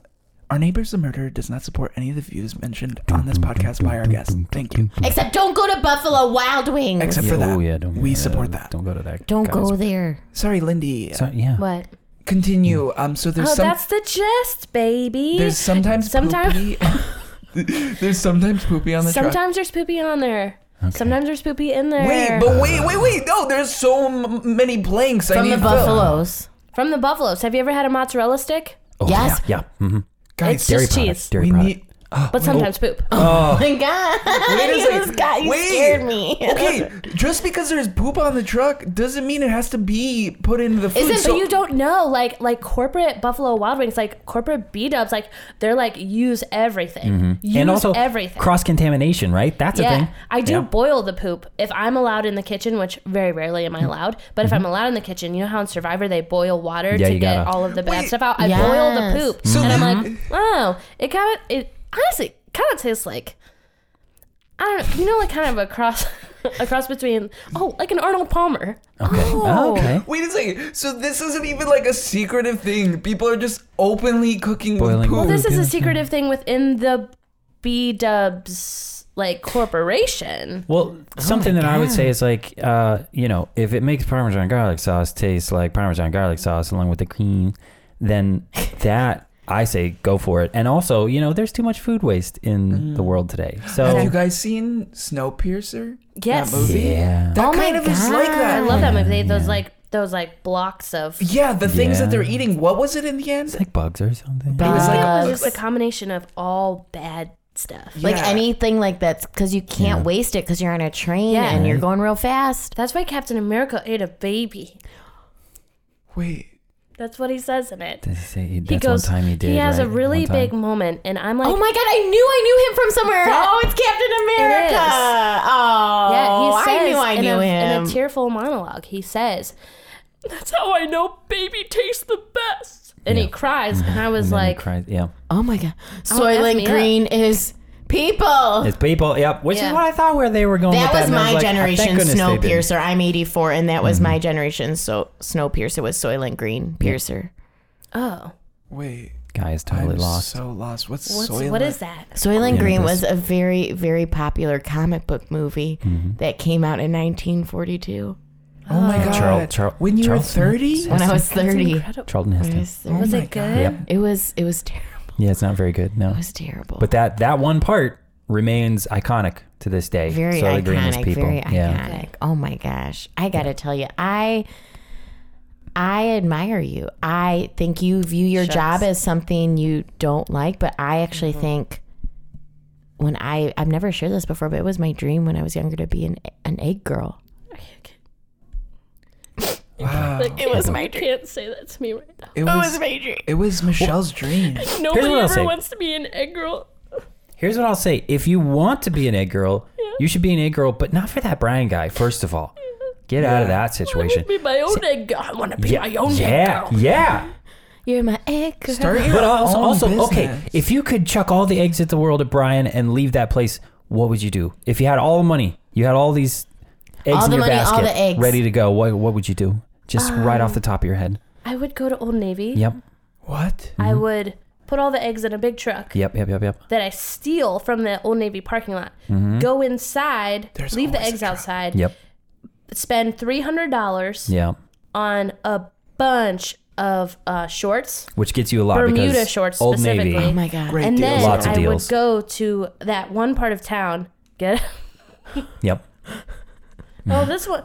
Speaker 4: our neighbors the murder does not support any of the views mentioned on this podcast by our guests. Thank you.
Speaker 6: Except don't go to Buffalo Wild Wings.
Speaker 4: Except
Speaker 5: Yeah,
Speaker 4: for that.
Speaker 5: Oh yeah. Don't,
Speaker 4: we
Speaker 5: yeah,
Speaker 4: support that.
Speaker 5: Don't go to that.
Speaker 6: don't
Speaker 5: guy's-
Speaker 6: go there.
Speaker 4: Sorry, Lindy.
Speaker 5: So, Mm. yeah.
Speaker 7: What?
Speaker 4: Continue. Um so there's
Speaker 7: oh,
Speaker 4: some
Speaker 7: that's the gist, baby.
Speaker 4: there's sometimes
Speaker 7: Sometimes-
Speaker 4: poopy- there's sometimes poopy on the truck.
Speaker 7: Sometimes there's poopy on there. Sometimes there's poopy in there.
Speaker 4: Wait, but wait, wait, wait. No, there's so m- many blanks. I
Speaker 6: From
Speaker 4: need
Speaker 6: the
Speaker 4: to-
Speaker 6: buffaloes.
Speaker 7: From the buffaloes. Have you ever had a mozzarella stick?
Speaker 5: Oh,
Speaker 6: Yes.
Speaker 5: Yeah. yeah. hmm
Speaker 7: It's
Speaker 4: Guys,
Speaker 5: Dairy
Speaker 7: just
Speaker 5: products.
Speaker 7: cheese.
Speaker 5: Dairy
Speaker 4: we
Speaker 5: product.
Speaker 4: need
Speaker 7: But sometimes poop.
Speaker 4: Uh,
Speaker 6: Oh my god.
Speaker 4: a
Speaker 6: you
Speaker 4: second.
Speaker 6: just got you
Speaker 4: Wait.
Speaker 6: scared me.
Speaker 4: Okay, just because there's poop on the truck doesn't mean it has to be put into the food.
Speaker 7: Isn't
Speaker 4: so
Speaker 7: but you don't know like like corporate Buffalo Wild Wings like corporate B Dubs like they're like use everything
Speaker 4: Mm-hmm.
Speaker 7: use
Speaker 5: and also
Speaker 7: everything
Speaker 5: cross contamination, right? That's a
Speaker 7: yeah
Speaker 5: thing.
Speaker 7: I do
Speaker 5: Yeah.
Speaker 7: boil the poop if I'm allowed in the kitchen which very rarely
Speaker 5: Mm-hmm.
Speaker 7: am I allowed but if I'm allowed in the kitchen you know how in Survivor they boil water
Speaker 5: Yeah,
Speaker 7: to
Speaker 5: you
Speaker 7: get
Speaker 5: gotta-
Speaker 7: all of the bad
Speaker 4: Wait.
Speaker 7: stuff out I
Speaker 6: Yes.
Speaker 7: boil the poop
Speaker 4: So
Speaker 7: and I'm
Speaker 4: then-
Speaker 7: like oh it kind of it honestly kind of tastes like I don't know you know like kind of a cross a cross between oh like an Arnold Palmer Oh.
Speaker 5: Okay. Oh, okay.
Speaker 4: Wait a second. So this isn't even like a secretive thing. People are just openly cooking
Speaker 5: Boiling
Speaker 4: with poop.
Speaker 5: water.
Speaker 7: This is
Speaker 5: Yeah.
Speaker 7: a secretive thing within the B Dubs like corporation.
Speaker 5: Well, something that I would say is like, uh, you know, if it makes Parmesan garlic sauce taste like Parmesan garlic sauce along with the cream, then that I say go for it. And also, you know, there's too much food waste in the
Speaker 7: Mm.
Speaker 5: world today.
Speaker 4: Have you
Speaker 5: So
Speaker 4: guys seen Snowpiercer?
Speaker 7: Yes.
Speaker 4: That movie?
Speaker 5: yeah,
Speaker 4: That
Speaker 6: Oh my
Speaker 4: kind of is like
Speaker 6: God.
Speaker 4: that.
Speaker 7: I
Speaker 5: Oh.
Speaker 7: love that movie. They had those like those like blocks of it
Speaker 4: yeah, the things
Speaker 5: Yeah.
Speaker 4: that they're eating. What was it in the end?
Speaker 5: it's like bugs or something.
Speaker 4: was like-
Speaker 7: was
Speaker 6: Bugs.
Speaker 7: just a combination of all bad stuff.
Speaker 6: like
Speaker 4: Yeah.
Speaker 6: anything like that because you can't waste it because you're on a train
Speaker 7: Yeah.
Speaker 6: and you're going real fast.
Speaker 7: That's why Captain America ate a baby.
Speaker 4: Wait.
Speaker 7: That's what he says in it.
Speaker 5: Does he say he-
Speaker 7: He
Speaker 5: that's
Speaker 7: goes.
Speaker 5: one time he did.
Speaker 7: has a
Speaker 5: right?
Speaker 7: really
Speaker 5: One time.
Speaker 7: big moment, and I'm like,
Speaker 6: Oh my god, I knew I knew him from somewhere.
Speaker 7: Yeah.
Speaker 6: Oh, it's Captain
Speaker 7: It
Speaker 6: America.
Speaker 7: is.
Speaker 6: Oh,
Speaker 7: Yeah, he says
Speaker 6: I knew I
Speaker 7: in,
Speaker 6: knew
Speaker 7: a,
Speaker 6: him.
Speaker 7: in a tearful monologue. He says, "That's how I know baby tastes the best." And he cries, and I was
Speaker 5: Mm-hmm. And then he
Speaker 7: like,
Speaker 5: cried- yeah,
Speaker 6: oh my god,
Speaker 7: F
Speaker 6: Soylent
Speaker 7: me up.
Speaker 6: Green is people.
Speaker 5: it's people. Yep, which
Speaker 7: Yeah.
Speaker 5: is what I thought where they were going.
Speaker 6: that
Speaker 5: with
Speaker 6: was
Speaker 5: and I
Speaker 6: my
Speaker 5: like, thank
Speaker 6: generation
Speaker 5: goodness Mm-hmm. they didn't.
Speaker 6: Snowpiercer. I'm 84, and that was my generation. So Snowpiercer was Soylent Green Piercer.
Speaker 7: "Oh,
Speaker 4: Wait.
Speaker 5: Guy is
Speaker 4: I'm
Speaker 5: totally lost.
Speaker 4: so lost. What's,
Speaker 7: what's,
Speaker 4: soil?
Speaker 7: what is that?"
Speaker 6: Soylent
Speaker 5: Yeah,
Speaker 6: Green
Speaker 5: that's-
Speaker 6: was a very, very popular comic book movie
Speaker 5: Mm-hmm.
Speaker 6: that came out in 1942
Speaker 4: Oh my
Speaker 7: Uh,
Speaker 4: god.
Speaker 5: Charl- Charl-
Speaker 4: when you
Speaker 5: Charleston?
Speaker 4: were 30?
Speaker 6: when I was
Speaker 7: That's
Speaker 6: 30.
Speaker 7: incredible.
Speaker 5: Charlton
Speaker 6: I
Speaker 5: Heston.
Speaker 6: was
Speaker 4: Oh
Speaker 6: 30.
Speaker 7: Was
Speaker 4: my
Speaker 7: it
Speaker 4: God.
Speaker 7: good?
Speaker 5: Yep.
Speaker 6: It was it was terrible.
Speaker 5: Yeah, it's not very good. No,
Speaker 6: It was terrible.
Speaker 5: But that that one part remains iconic to this day.
Speaker 6: very
Speaker 5: Soylent
Speaker 6: iconic,
Speaker 5: Green is
Speaker 6: very
Speaker 5: yeah.
Speaker 6: iconic. Oh my gosh. I got to tell you, I I admire you. I think you view your job as something you don't like, but I actually
Speaker 4: Mm-hmm.
Speaker 6: think when I I've never shared this before, but it was my dream when I was younger to be an an egg girl.
Speaker 4: Wow.
Speaker 7: It was my can't say that to me right now.
Speaker 4: It was, it was Michelle's dream.
Speaker 5: Here's
Speaker 7: Nobody
Speaker 5: what I'll
Speaker 7: ever
Speaker 5: say.
Speaker 7: wants to be an egg girl.
Speaker 5: Here's what I'll say: If you want to be an egg girl, you should be an egg girl, but not for that Brian guy. First of all, Get out of that situation.
Speaker 7: Be my own egg girl. I want to be
Speaker 5: Yeah,
Speaker 7: my own
Speaker 5: yeah,
Speaker 7: egg girl.
Speaker 5: yeah.
Speaker 6: You're my egg girl.
Speaker 4: Start your
Speaker 5: But also,
Speaker 4: own
Speaker 5: also
Speaker 4: business.
Speaker 5: okay, if you could chuck all the eggs at the world at Brian and leave that place, what would you do? If you had all the money, you had all these eggs
Speaker 6: All
Speaker 5: in
Speaker 6: the
Speaker 5: your
Speaker 6: money, all
Speaker 5: basket,
Speaker 6: the eggs.
Speaker 5: ready to go, what, what would you do? Just right off the top of your head.
Speaker 7: I would go to Old Navy.
Speaker 5: Yep,
Speaker 4: What?
Speaker 7: I would put all the eggs in a big truck
Speaker 5: yep, yep, yep, yep.
Speaker 7: that I steal from the Old Navy parking lot. Go inside,
Speaker 4: There's
Speaker 7: leave the
Speaker 4: always a
Speaker 7: eggs
Speaker 4: truck.
Speaker 7: outside,
Speaker 5: Yep,
Speaker 7: spend three hundred dollars
Speaker 5: yeah.
Speaker 7: on a bunch of uh, shorts,
Speaker 5: Which gets you a lot
Speaker 7: Bermuda
Speaker 5: because
Speaker 7: shorts
Speaker 5: Old Navy.
Speaker 7: specifically.
Speaker 6: Oh my god.
Speaker 4: Great
Speaker 7: and
Speaker 4: deal.
Speaker 7: then
Speaker 5: Lots of
Speaker 7: I would
Speaker 5: deals.
Speaker 7: go to that one part of town. Get
Speaker 5: Yep.
Speaker 7: oh this one.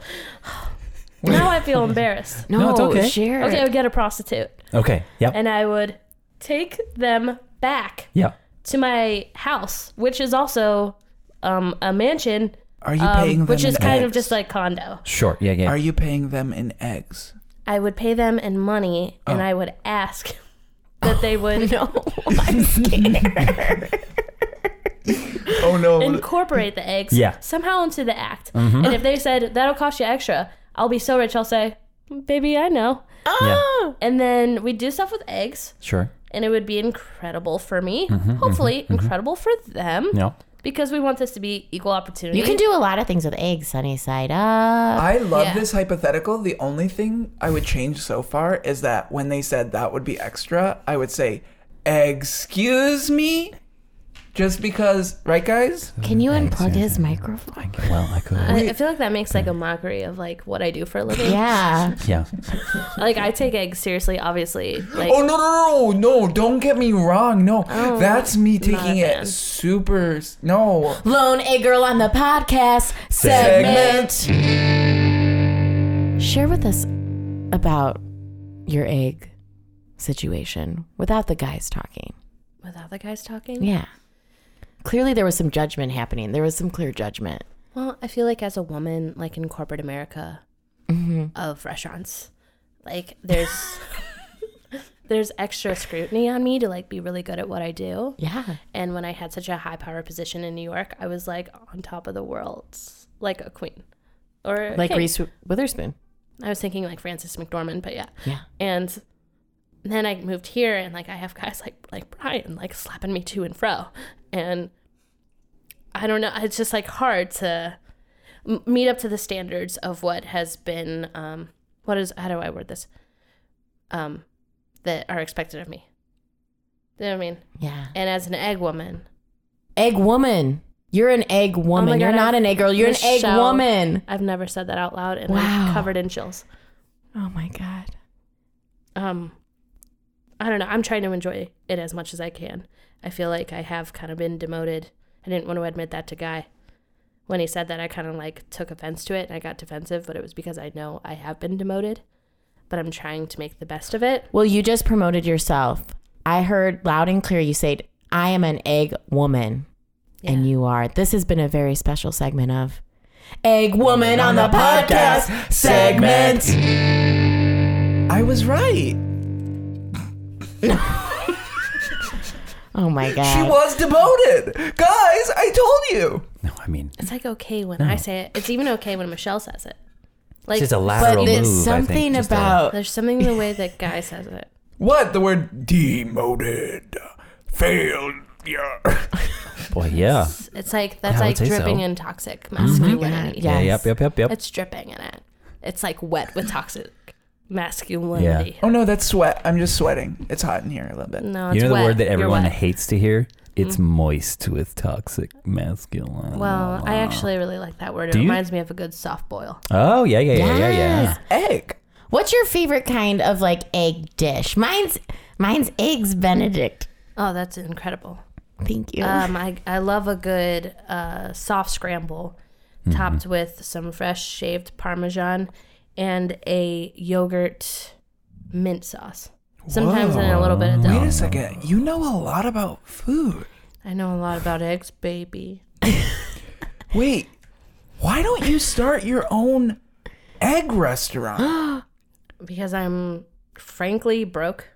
Speaker 7: now I feel embarrassed.
Speaker 6: No,
Speaker 5: No, it's okay.
Speaker 6: Share.
Speaker 7: Okay, I
Speaker 6: it.
Speaker 7: would get a prostitute,
Speaker 5: Okay. Yep.
Speaker 7: and I would take them back
Speaker 5: yep.
Speaker 7: to my house, which is also um, a mansion,
Speaker 4: Are you
Speaker 7: um,
Speaker 4: paying them
Speaker 7: which
Speaker 4: in
Speaker 7: is kind of
Speaker 4: eggs?
Speaker 7: just like condo.
Speaker 5: Sure. Yeah. Yeah.
Speaker 4: Are you paying them in eggs?
Speaker 7: I would pay them in money,
Speaker 4: Oh.
Speaker 7: and I would ask that they would
Speaker 6: No, I'm scared.
Speaker 4: Oh no.
Speaker 7: incorporate the eggs
Speaker 5: Yeah.
Speaker 7: somehow into the act.
Speaker 4: Mm-hmm.
Speaker 7: And if they said that'll cost you extra, I'll be so rich. I'll say, "Baby, I know."
Speaker 5: Yeah.
Speaker 7: And then we do stuff with eggs,
Speaker 5: Sure.
Speaker 7: and it would be incredible for me.
Speaker 4: Mm-hmm,
Speaker 7: Hopefully, incredible for them.
Speaker 5: Yeah.
Speaker 7: Because we want this to be equal opportunity.
Speaker 6: you can do a lot of things with eggs, sunny side up.
Speaker 4: I love
Speaker 7: Yeah.
Speaker 4: this hypothetical. The only thing I would change so far is that when they said that would be extra, I would say, "Excuse me," just because, right, guys?
Speaker 5: Oh,
Speaker 6: Can you unplug his microphone?
Speaker 5: Well, I could.
Speaker 7: I, I feel like that makes like a mockery of like what I do for a living.
Speaker 6: Yeah.
Speaker 5: yeah.
Speaker 7: Like I take eggs seriously, obviously. Like
Speaker 4: Oh no no no no! Don't get me wrong. No, that's me taking
Speaker 7: Oh, a
Speaker 4: it
Speaker 7: fan.
Speaker 4: super. s- No,
Speaker 6: Lone egg girl on the podcast segment. Share with us about your egg situation without the guys talking.
Speaker 7: without the guys talking.
Speaker 6: Yeah. Clearly, there was some judgment happening. There was some clear judgment.
Speaker 7: Well, I feel like as a woman, like in corporate America,
Speaker 6: Mm-hmm.
Speaker 7: of restaurants, like there's there's extra scrutiny on me to like be really good at what I do.
Speaker 6: Yeah.
Speaker 7: And when I had such a high power position in New York, I was like on top of the world, like a queen, or
Speaker 6: Like
Speaker 7: king.
Speaker 6: Reese Witherspoon.
Speaker 7: I was thinking like Francis McDormand, but yeah.
Speaker 6: Yeah.
Speaker 7: And then I moved here, and like I have guys like like Brian like slapping me to and fro, and I don't know. It's just like hard to m- meet up to the standards of what has been um what is how do I word this um that are expected of me. You know what I mean?
Speaker 6: Yeah.
Speaker 7: And as an egg woman, oh
Speaker 6: Egg woman. You're an egg woman. You're
Speaker 7: God,
Speaker 6: not
Speaker 7: I-
Speaker 6: an egg girl. You're an egg
Speaker 7: Michelle.
Speaker 6: woman.
Speaker 7: I've never said that out loud, and
Speaker 6: Wow.
Speaker 7: I'm covered in chills.
Speaker 6: Oh my God.
Speaker 7: um i don't know i'm trying to enjoy it as much as i can i feel like i have kind of been demoted i didn't want to admit that to guy when he said that i kind of like took offense to it and i got defensive but it was because i know i have been demoted but i'm trying to make the best of it
Speaker 6: Well, you just promoted yourself. I heard loud and clear you said, I am an egg woman. And you are. This has been a very special segment of Egg Woman on the Podcast segment.
Speaker 4: I was right.
Speaker 6: Oh my God.
Speaker 5: Uh,
Speaker 4: She was demoted, guys. I told you.
Speaker 5: No, I mean,
Speaker 7: it's like okay when i say it it's even okay when michelle says it
Speaker 5: it's
Speaker 7: like
Speaker 5: just a lateral
Speaker 6: but
Speaker 5: move.
Speaker 6: there's
Speaker 5: I think,
Speaker 6: something
Speaker 5: just a-
Speaker 6: about
Speaker 7: there's something in the way that guy says it
Speaker 4: What the word demoted, failure.
Speaker 5: boy, yeah.
Speaker 7: it's like that's
Speaker 5: Yeah, I would
Speaker 7: like
Speaker 5: say so. Mm-hmm.
Speaker 7: dripping in toxic masculinity
Speaker 6: Yeah,
Speaker 5: Yeah.
Speaker 6: Yes.
Speaker 5: Yep. Yep. Yep. Yep.
Speaker 7: it's dripping in it it's like wet with toxic masculinity
Speaker 4: Oh no, that's sweat. I'm just sweating. It's hot in here a little bit.
Speaker 7: No,
Speaker 5: you
Speaker 7: it's
Speaker 5: know the
Speaker 7: wet.
Speaker 5: word that
Speaker 7: You're
Speaker 5: everyone
Speaker 7: wet. Mm.
Speaker 5: hates to hear? It's moist with toxic masculine.
Speaker 7: Well, I actually really like that word. It
Speaker 5: Do you?
Speaker 7: reminds me of a good soft boil.
Speaker 5: Oh yeah, yeah, yeah, yeah, yeah.
Speaker 6: Yes.
Speaker 4: Egg.
Speaker 6: What's your favorite kind of like egg dish? Mine's mine's eggs Benedict.
Speaker 7: Oh, that's incredible.
Speaker 6: Thank you.
Speaker 7: Um, I I love a good uh, soft scramble,
Speaker 5: Mm-hmm.
Speaker 7: topped with some fresh shaved Parmesan and a yogurt mint sauce. Sometimes in a little bit of
Speaker 4: Wait
Speaker 7: dill.
Speaker 4: a second. You know a lot about food.
Speaker 7: I know a lot about eggs, baby.
Speaker 4: Wait, why don't you start your own egg restaurant?
Speaker 7: Because I'm frankly broke.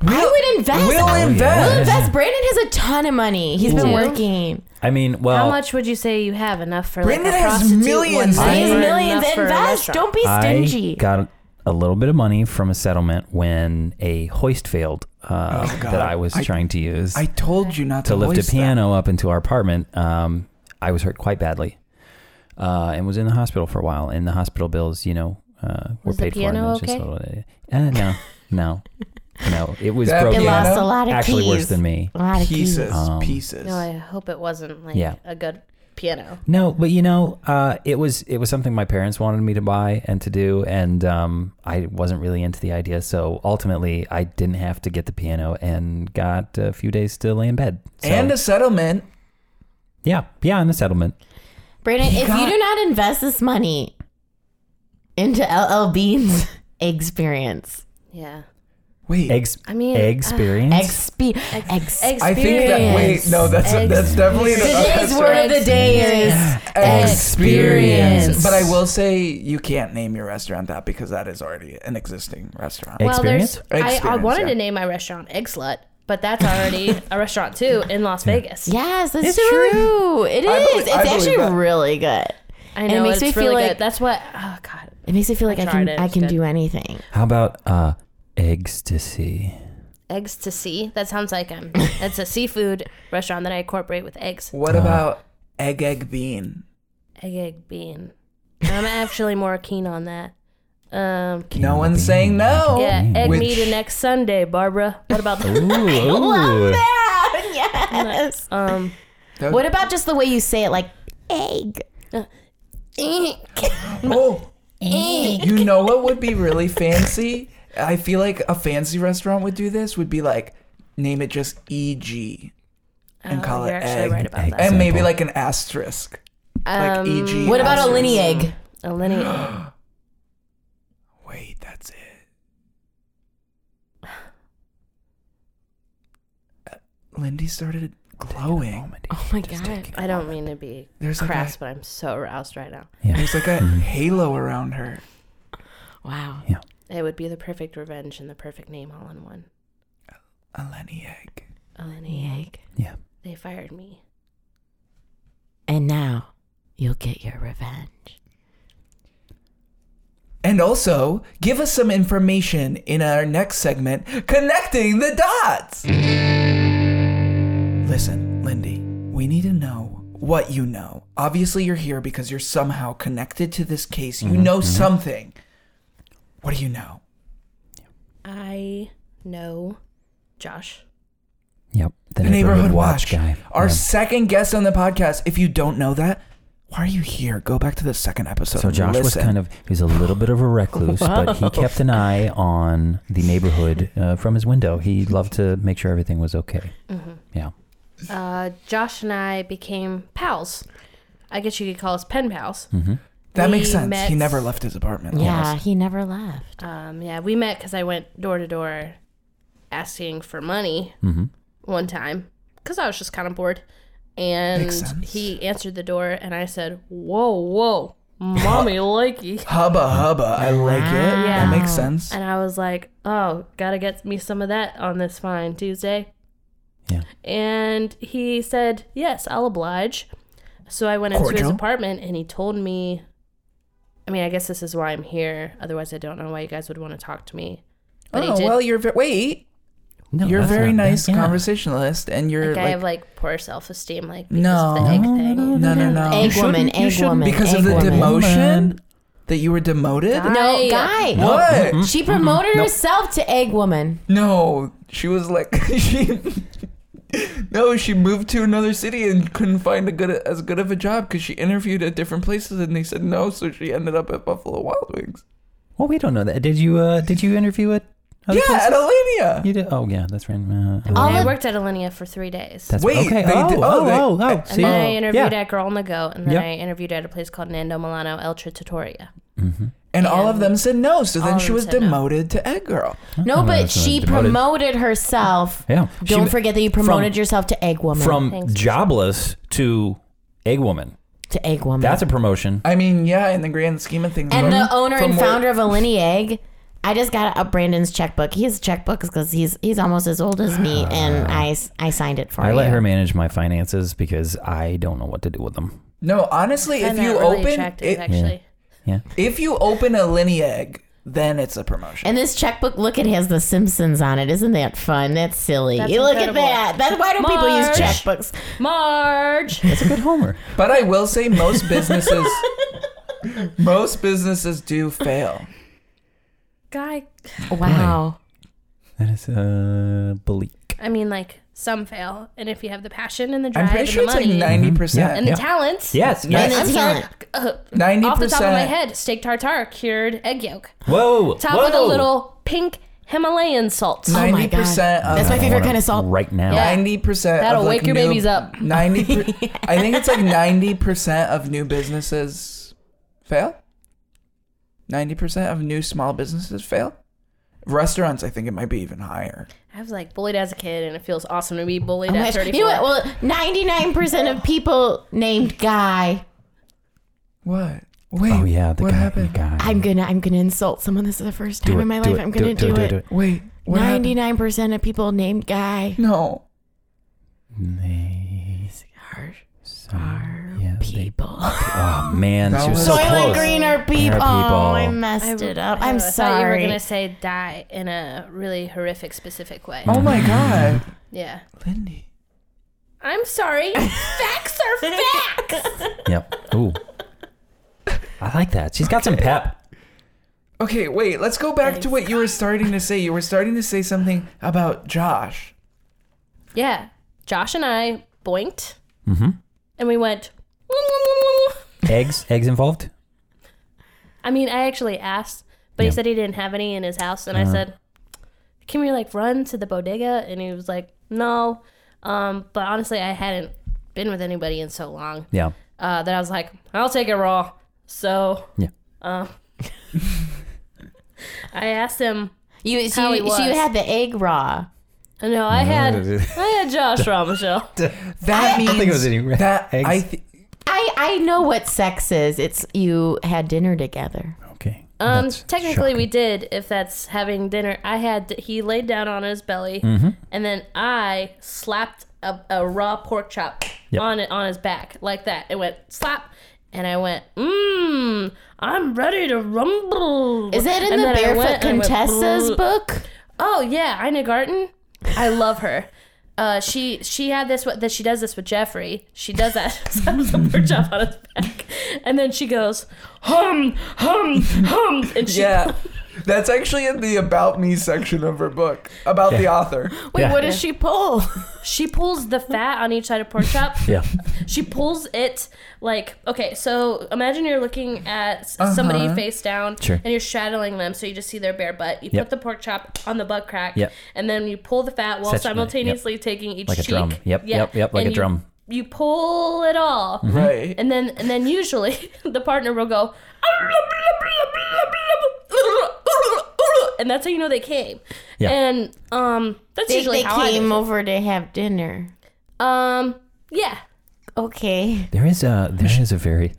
Speaker 6: I would invest.
Speaker 4: We'll
Speaker 6: We'll
Speaker 4: invest.
Speaker 6: invest. Brandon has a ton of money. He's been
Speaker 7: do?
Speaker 6: working.
Speaker 5: I mean, well,
Speaker 7: How much would you say you have enough for like
Speaker 4: Brendan
Speaker 7: a
Speaker 4: has
Speaker 7: prostitute?
Speaker 4: millions.
Speaker 7: one
Speaker 5: I-
Speaker 7: night
Speaker 6: These
Speaker 7: or
Speaker 6: millions
Speaker 7: enough for a
Speaker 6: invest.
Speaker 7: restaurant?
Speaker 6: Don't be stingy.
Speaker 5: I got a little bit of money from a settlement when a hoist failed uh,
Speaker 4: Oh, God.
Speaker 5: that I was
Speaker 4: I-
Speaker 5: trying to use
Speaker 4: I told you not to,
Speaker 5: to lift
Speaker 4: hoist
Speaker 5: a
Speaker 4: that.
Speaker 5: piano up into our apartment. Um, I was hurt quite badly uh, and was in the hospital for a while. And the hospital bills, you know, uh, were
Speaker 7: Was the
Speaker 5: paid
Speaker 7: piano
Speaker 5: for. and it was
Speaker 7: okay?
Speaker 5: just a little- uh, no, no, no. It was
Speaker 4: That
Speaker 5: broken.
Speaker 6: it
Speaker 4: piano?
Speaker 6: lost a lot of
Speaker 5: Actually,
Speaker 6: keys.
Speaker 5: worse than me.
Speaker 6: a lot of keys.
Speaker 4: Pieces,
Speaker 5: Um,
Speaker 4: pieces.
Speaker 7: No, I hope it wasn't like
Speaker 5: Yeah.
Speaker 7: a good piano.
Speaker 5: No, but you know, uh, it was it was something my parents wanted me to buy and to do, and um, I wasn't really into the idea. So ultimately, I didn't have to get the piano and got a few days to lay in bed. So,
Speaker 4: and a settlement.
Speaker 5: yeah, yeah, and a settlement.
Speaker 6: Brandon,
Speaker 4: He
Speaker 6: if
Speaker 4: got-
Speaker 6: you do not invest this money into LL Bean's experience,
Speaker 7: Yeah.
Speaker 4: Wait,
Speaker 5: Eggs,
Speaker 7: I mean, uh,
Speaker 5: experience.
Speaker 6: exp, ex,
Speaker 7: ex-
Speaker 4: I think that. Wait, no, that's
Speaker 7: Experience.
Speaker 4: that's definitely an-
Speaker 6: Today's
Speaker 4: that's
Speaker 6: word of the day is
Speaker 4: right.
Speaker 6: experience.
Speaker 4: But I will say you can't name your restaurant that because that is already an existing restaurant.
Speaker 5: Ex-
Speaker 7: Well, there's. I, I
Speaker 4: Experience,
Speaker 7: wanted
Speaker 4: yeah.
Speaker 7: to name my restaurant Egg Slut, but that's already a restaurant too in Las Vegas.
Speaker 6: Yes,
Speaker 4: it
Speaker 6: that's
Speaker 4: really?
Speaker 6: true. It is.
Speaker 4: I believe-
Speaker 6: it's
Speaker 4: I believe
Speaker 6: actually
Speaker 4: that.
Speaker 6: really good.
Speaker 7: I
Speaker 6: And it
Speaker 7: know.
Speaker 6: makes
Speaker 7: it's
Speaker 6: me feel
Speaker 7: really
Speaker 6: like-
Speaker 7: good. That's what. Oh God.
Speaker 6: It makes me feel like I,
Speaker 7: tried
Speaker 6: can
Speaker 7: it.
Speaker 6: I
Speaker 7: It's
Speaker 6: can
Speaker 7: good.
Speaker 6: do anything.
Speaker 5: How about uh, ecstasy?
Speaker 7: Eggs to sea. That sounds like I'm. It's a seafood restaurant that I incorporate with eggs.
Speaker 4: What about egg egg bean?
Speaker 7: Egg, egg, bean. I'm actually more keen on that. Um,
Speaker 4: No one's saying no.
Speaker 7: yeah, egg
Speaker 4: Oh. Mm. Which-
Speaker 7: meeting next Sunday, Barbara. What about that?
Speaker 5: Ooh, ooh.
Speaker 6: that. Yes.
Speaker 7: Um,
Speaker 4: That-
Speaker 6: What about just the way you say it, like egg?
Speaker 7: Uh,
Speaker 4: Oh, you know what would be really fancy? I feel like a fancy restaurant would do this. Would be like name it just EG and
Speaker 7: oh,
Speaker 4: call it
Speaker 7: you're actually
Speaker 4: egg,
Speaker 7: right about
Speaker 5: Egg.
Speaker 7: that.
Speaker 4: and maybe
Speaker 5: Simple.
Speaker 4: like an asterisk, like E
Speaker 7: Um,
Speaker 4: EG.
Speaker 6: What about a
Speaker 4: asterisk.
Speaker 6: linny egg?
Speaker 7: A lineage.
Speaker 4: Wait, that's it. Uh, Lindy started glowing.
Speaker 6: Oh my god.
Speaker 7: I don't mean to be
Speaker 4: There's like
Speaker 7: crass,
Speaker 4: a,
Speaker 7: but I'm so aroused right now.
Speaker 5: Yeah.
Speaker 4: there's like a halo around her.
Speaker 6: Wow.
Speaker 7: It would be the perfect revenge and the perfect name all in one.
Speaker 4: A Lenny egg.
Speaker 7: A lineage.
Speaker 6: Egg.
Speaker 5: yeah.
Speaker 7: They fired me.
Speaker 6: And now you'll get your revenge.
Speaker 4: And also, give us some information in our next segment, Connecting the Dots. Listen, Lindy, we need to know what you know. Obviously, you're here because you're somehow connected to this case. You know something. What do you know?
Speaker 7: I know Josh.
Speaker 5: Yep.
Speaker 4: The, neighborhood, watch,
Speaker 5: guy.
Speaker 4: Our
Speaker 5: Yeah.
Speaker 4: second guest on the podcast. If you don't know that, why are you here? Go back to the second episode.
Speaker 5: So
Speaker 4: and
Speaker 5: Josh was
Speaker 4: listen.
Speaker 5: kind of he was a little bit of a recluse, but he kept an eye on the neighborhood uh, from his window. He loved to make sure everything was okay.
Speaker 6: Mm-hmm.
Speaker 5: Yeah.
Speaker 7: Uh, Josh and I became pals. I guess you could call us pen pals.
Speaker 4: Hmm. that makes
Speaker 7: we
Speaker 4: sense.
Speaker 7: met-
Speaker 4: He never left his apartment.
Speaker 6: Yeah, he never left.
Speaker 7: Um, yeah, we met because I went door to door asking for money
Speaker 5: Mm-hmm.
Speaker 7: one time because I was just kind of bored. And
Speaker 4: Makes sense.
Speaker 7: he answered the door, and I said, Whoa, whoa, mommy likey.
Speaker 4: Hubba hubba. I like it.
Speaker 7: Yeah.
Speaker 4: That makes sense.
Speaker 7: And I was like, oh, gotta get me some of that on this fine Tuesday.
Speaker 5: Yeah.
Speaker 7: And he said, yes, I'll oblige. So I went into his
Speaker 4: Cordial.
Speaker 7: apartment and he told me, I mean, I guess this is why I'm here. Otherwise, I don't know why you guys would want to talk to me. But he
Speaker 4: oh
Speaker 7: did.
Speaker 4: well, you're ve- wait.
Speaker 5: No,
Speaker 4: you're a
Speaker 5: that's
Speaker 4: very
Speaker 5: not bad.
Speaker 4: nice
Speaker 5: Yeah.
Speaker 4: conversationalist, and you're
Speaker 7: like, I
Speaker 4: like,
Speaker 7: have like poor self esteem, like because
Speaker 4: No.
Speaker 7: of the egg
Speaker 4: No,
Speaker 7: thing.
Speaker 4: no, no, no,
Speaker 6: egg woman, egg woman.
Speaker 4: because
Speaker 6: egg
Speaker 4: of the
Speaker 6: woman.
Speaker 4: demotion that you were demoted.
Speaker 7: God.
Speaker 6: No,
Speaker 7: Hey.
Speaker 6: guy.
Speaker 4: What?
Speaker 6: She promoted herself to egg woman.
Speaker 4: No, she was like she. No, she moved to another city and couldn't find a good as good of a job because she interviewed at different places and they said no, so she ended up at Buffalo Wild Wings.
Speaker 5: Well, we don't know that. Did you uh, did you interview it?
Speaker 4: yeah, at Alania.
Speaker 5: You did. Oh yeah, that's right. Uh, uh,
Speaker 6: All
Speaker 7: I
Speaker 6: of-
Speaker 7: worked at Alinea for three days.
Speaker 5: that's
Speaker 4: Wait,
Speaker 5: okay.
Speaker 4: they
Speaker 5: oh,
Speaker 4: did- oh,
Speaker 5: oh,
Speaker 4: they-
Speaker 5: oh, oh,
Speaker 7: And then I
Speaker 5: yeah.
Speaker 7: interviewed at Girl on the Go, and then
Speaker 5: Yep.
Speaker 7: I interviewed at a place called Nando Milano El Trattoria.
Speaker 4: And all of them said no, so
Speaker 7: all
Speaker 4: then
Speaker 7: of
Speaker 4: she
Speaker 7: them
Speaker 4: was
Speaker 7: said no.
Speaker 4: demoted to Egg Girl.
Speaker 6: No,
Speaker 5: Oh,
Speaker 6: but
Speaker 5: that's not
Speaker 6: she
Speaker 5: demoted.
Speaker 6: promoted herself.
Speaker 5: Yeah.
Speaker 6: Don't
Speaker 5: She-
Speaker 6: forget that you promoted yourself to egg woman.
Speaker 5: from
Speaker 7: Thanks.
Speaker 5: jobless to egg woman.
Speaker 6: to egg woman.
Speaker 5: That's a promotion.
Speaker 4: I mean, yeah, in the grand scheme of things.
Speaker 6: and
Speaker 4: from-
Speaker 6: the owner
Speaker 4: from
Speaker 6: and
Speaker 4: where-
Speaker 6: founder of Alinea Egg I just got up Brandon's checkbook. His checkbook is because he's he's almost as old as me, and I s- I signed it for
Speaker 5: I
Speaker 6: you.
Speaker 5: let her manage my finances because I don't know what to do with them.
Speaker 4: No, honestly, if
Speaker 7: Find
Speaker 4: you
Speaker 7: that really
Speaker 4: open
Speaker 7: attractive,
Speaker 4: it,
Speaker 7: actually.
Speaker 4: if you open a linea egg, then it's a promotion.
Speaker 6: And this checkbook, look, it has The Simpsons on it. Isn't that fun? That's silly.
Speaker 7: That's
Speaker 6: look
Speaker 7: incredible.
Speaker 6: at that. That's why do not people use
Speaker 7: Marge.
Speaker 6: checkbooks?
Speaker 7: Marge.
Speaker 5: It's a good homer.
Speaker 4: But I will say most businesses most businesses do fail.
Speaker 7: Guy.
Speaker 6: Wow.
Speaker 5: That is uh, bleak.
Speaker 7: I mean, like some fail, and if you have the passion and the drive
Speaker 4: I'm pretty
Speaker 7: and
Speaker 4: sure
Speaker 7: the
Speaker 4: it's like
Speaker 7: money
Speaker 5: Mm-hmm.
Speaker 4: ninety
Speaker 7: and
Speaker 4: percent.
Speaker 7: the talents.
Speaker 5: Yes.
Speaker 6: And
Speaker 5: yes.
Speaker 6: the
Speaker 7: I'm sorry.
Speaker 6: talent.
Speaker 7: uh,
Speaker 4: Ninety
Speaker 7: off the top of my
Speaker 4: percent.
Speaker 7: head, steak tartare, cured egg yolk,
Speaker 5: Whoa.
Speaker 7: top
Speaker 5: whoa.
Speaker 7: with a little pink Himalayan salt.
Speaker 6: Oh my
Speaker 4: Ninety
Speaker 6: God.
Speaker 4: percent of
Speaker 6: That's my favorite kind of salt.
Speaker 5: Uh, Right now.
Speaker 7: Yeah.
Speaker 4: Ninety percent.
Speaker 7: That'll
Speaker 4: of like
Speaker 7: wake your
Speaker 4: new-
Speaker 7: babies up.
Speaker 4: Ninety. Per- I think it's like ninety percent of new businesses fail. Ninety percent of new small businesses fail. Restaurants, I think it might be even higher.
Speaker 7: I was like bullied as a kid, and it feels awesome to be bullied
Speaker 6: Oh my
Speaker 7: at
Speaker 6: gosh.
Speaker 7: 34.
Speaker 6: You know what? Well, 99% of people named Guy.
Speaker 4: What? Wait.
Speaker 5: Oh yeah. The
Speaker 4: what
Speaker 5: guy,
Speaker 4: happened?
Speaker 5: The guy.
Speaker 6: I'm gonna I'm gonna insult someone. This is the first time
Speaker 5: do it,
Speaker 6: in my
Speaker 5: do
Speaker 6: life
Speaker 5: it,
Speaker 6: I'm gonna do, it.
Speaker 4: Wait. What
Speaker 6: Ninety
Speaker 4: happened?
Speaker 6: nine percent of people named Guy.
Speaker 4: No.
Speaker 6: Are,
Speaker 5: yeah, they-
Speaker 6: people.
Speaker 5: Oh man,
Speaker 4: That
Speaker 5: she was
Speaker 4: was-
Speaker 5: so
Speaker 6: Soylent
Speaker 5: close.
Speaker 6: Green are people.
Speaker 5: people.
Speaker 6: Oh, I messed
Speaker 7: I-
Speaker 6: it up.
Speaker 7: I
Speaker 6: I'm
Speaker 7: thought You were
Speaker 6: sorry.
Speaker 7: gonna say die in a really horrific, specific way.
Speaker 4: Oh my
Speaker 5: Mm-hmm.
Speaker 4: god,
Speaker 7: Yeah.
Speaker 4: Lindy.
Speaker 7: I'm sorry. facts are facts.
Speaker 5: Yep. Ooh. I like that. She's got some pep.
Speaker 4: Okay, wait. Let's go back to what you were starting to say. You were starting to say something about Josh.
Speaker 7: Yeah. Josh and I boinked,
Speaker 5: Mm-hmm.
Speaker 7: and we went.
Speaker 5: Eggs, eggs involved.
Speaker 7: I mean, I actually asked, but
Speaker 5: Yeah. Uh-huh.
Speaker 7: he said he didn't have any in his house, and I said, "Can we like run to the bodega?" And he was like, "No," um, but honestly, I hadn't been with anybody in so long
Speaker 5: Yeah.
Speaker 7: uh, that I was like, "I'll take it raw." So
Speaker 5: Yeah.
Speaker 7: um, I asked him.
Speaker 6: you, so
Speaker 7: How
Speaker 6: you,
Speaker 7: he
Speaker 6: so you
Speaker 7: was.
Speaker 6: had the egg raw.
Speaker 7: No, I had I had Josh raw, Michelle.
Speaker 4: That means
Speaker 5: think it was any red
Speaker 4: that
Speaker 5: eggs.
Speaker 4: I th-
Speaker 6: I I know what sex is. It's you had dinner together.
Speaker 5: Okay.
Speaker 7: Um,
Speaker 5: That's
Speaker 7: technically, we
Speaker 5: shocking.
Speaker 7: did. If that's having dinner, I had he laid down on his belly,
Speaker 5: Mm-hmm.
Speaker 7: and then I slapped a, a raw pork chop
Speaker 5: Yep.
Speaker 7: on it on his back like that. It went slap, and I went, mmm, I'm ready to rumble.
Speaker 6: Is that in
Speaker 7: And
Speaker 6: the
Speaker 7: then I
Speaker 6: Barefoot
Speaker 7: went and I went,
Speaker 6: Contessa's
Speaker 7: "Brrr."
Speaker 6: book?
Speaker 7: Oh yeah, Ina Garten. I love her. Uh, she she had this that she does this with Jeffrey. She does that slaps the pork chop on his back, and then she goes hum hum hum, and she
Speaker 4: yeah. That's actually in the about me section of her book about the author.
Speaker 6: Wait,
Speaker 5: Yeah.
Speaker 6: what does she pull?
Speaker 7: She pulls the fat on each side of pork chop.
Speaker 5: Yeah.
Speaker 7: She pulls it like okay. So imagine you're looking at s- somebody face down,
Speaker 5: Uh-huh. Sure.
Speaker 7: and you're straddling them, so you just see their bare butt. You
Speaker 5: Yep.
Speaker 7: put the pork chop on the butt crack,
Speaker 5: Yep.
Speaker 7: and then you pull the fat while
Speaker 5: Such- yep.
Speaker 7: simultaneously taking each
Speaker 5: Like a
Speaker 7: cheek.
Speaker 5: drum. Yep, yep, yep, like
Speaker 7: and
Speaker 5: a drum. Mm-hmm.
Speaker 7: You, you pull it all,
Speaker 4: Right.
Speaker 7: and then and then usually the partner will go. And that's how you know they came.
Speaker 5: Yeah.
Speaker 7: And um, that's
Speaker 6: they,
Speaker 7: usually
Speaker 6: they
Speaker 7: how I did
Speaker 6: came
Speaker 7: it.
Speaker 6: over to have dinner.
Speaker 7: Um. Yeah.
Speaker 6: Okay.
Speaker 5: There is a there is a very.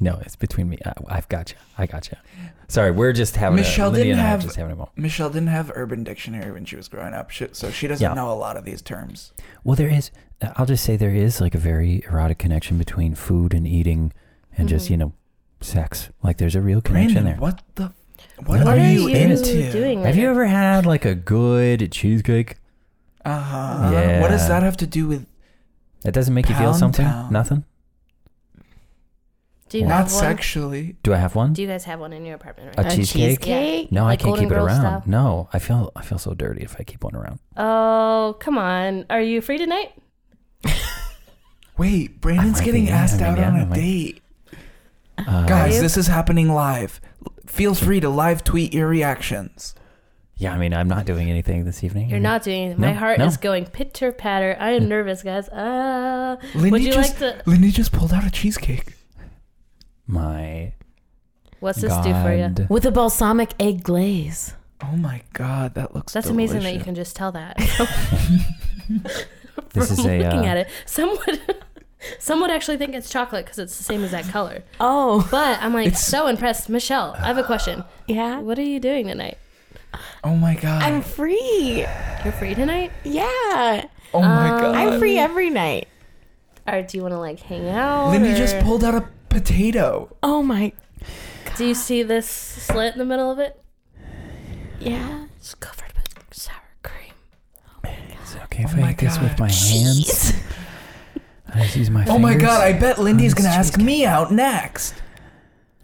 Speaker 5: No, it's between me. I, I've got you. I got you. Sorry, we're just having.
Speaker 4: Michelle
Speaker 5: a, Lindy
Speaker 4: didn't
Speaker 5: and I are
Speaker 4: have-
Speaker 5: just having a moment.
Speaker 4: Michelle didn't have Urban Dictionary when she was growing up, she, so she doesn't
Speaker 5: Yeah.
Speaker 4: know a lot of these terms.
Speaker 5: Well, there is. uh, I'll just say there is like a very erotic connection between food and eating, and just you know, sex. Like there's a real connection
Speaker 4: Mm-hmm. Brandon,
Speaker 5: there.
Speaker 4: what the? What,
Speaker 5: What
Speaker 4: are,
Speaker 5: are
Speaker 4: you
Speaker 5: you
Speaker 4: into?
Speaker 7: doing?
Speaker 5: Have you ever had like a good cheesecake
Speaker 4: Uh huh.
Speaker 5: Yeah.
Speaker 4: What does that have to do with
Speaker 5: that doesn't make you feel
Speaker 4: Pound
Speaker 5: something?
Speaker 4: town.
Speaker 5: Nothing.
Speaker 7: Do you
Speaker 5: Not
Speaker 7: have
Speaker 4: not
Speaker 7: one?
Speaker 4: sexually?
Speaker 5: Do I have one?
Speaker 7: Do you guys have one in your apartment?
Speaker 5: a
Speaker 7: Right?
Speaker 6: A
Speaker 5: cheesecake?
Speaker 6: cheesecake?
Speaker 5: No,
Speaker 7: Like
Speaker 5: I can't
Speaker 7: Golden
Speaker 5: keep it
Speaker 7: Girls
Speaker 5: around.
Speaker 7: style?
Speaker 5: No, I feel I feel so dirty if I keep one around.
Speaker 7: oh, come on. Are you free tonight?
Speaker 4: Wait, Brandon's
Speaker 5: might
Speaker 4: getting
Speaker 5: be, yeah,
Speaker 4: asked
Speaker 5: I
Speaker 4: out
Speaker 5: mean, yeah,
Speaker 4: on
Speaker 5: I
Speaker 4: a
Speaker 5: might-
Speaker 4: date.
Speaker 5: Uh,
Speaker 4: Guys, this is happening live. L- Feel free to live tweet your reactions.
Speaker 5: Yeah, I mean, I'm not doing anything this evening.
Speaker 7: You're not doing anything.
Speaker 5: No,
Speaker 7: My heart
Speaker 5: no.
Speaker 7: is going pitter patter. I am nervous, guys. Uh,
Speaker 4: Lindy
Speaker 7: would you
Speaker 4: just
Speaker 7: like to?
Speaker 4: Lindy just pulled out a cheesecake.
Speaker 5: My
Speaker 7: What's this
Speaker 5: God.
Speaker 7: do for you?
Speaker 6: With a balsamic egg glaze.
Speaker 4: Oh my god, that looks.
Speaker 7: That's amazing that you can just tell that.
Speaker 5: This
Speaker 7: From
Speaker 5: is a.
Speaker 7: looking
Speaker 5: uh,
Speaker 7: at it, someone Some would actually think it's chocolate because it's the same exact color.
Speaker 6: Oh,
Speaker 7: But I'm like so impressed, Michelle. I have a question.
Speaker 6: yeah.
Speaker 7: What are you doing tonight?
Speaker 4: Oh my god.
Speaker 6: I'm free.
Speaker 7: You're free tonight.
Speaker 6: Yeah.
Speaker 4: oh my god.
Speaker 6: I'm free every night.
Speaker 7: Or do you want to like hang out?
Speaker 4: Lindy just
Speaker 7: or-
Speaker 4: pulled out a potato.
Speaker 6: Oh my.
Speaker 7: Do you see this slit in the middle of it?
Speaker 6: Yeah.
Speaker 7: It's covered with sour cream.
Speaker 5: It's okay if
Speaker 4: Oh
Speaker 5: I
Speaker 4: my
Speaker 5: eat this with
Speaker 4: God.
Speaker 5: my hands. I just use my
Speaker 4: Oh my god, I
Speaker 5: fingers.
Speaker 4: bet Lindy's gonna ask me out next.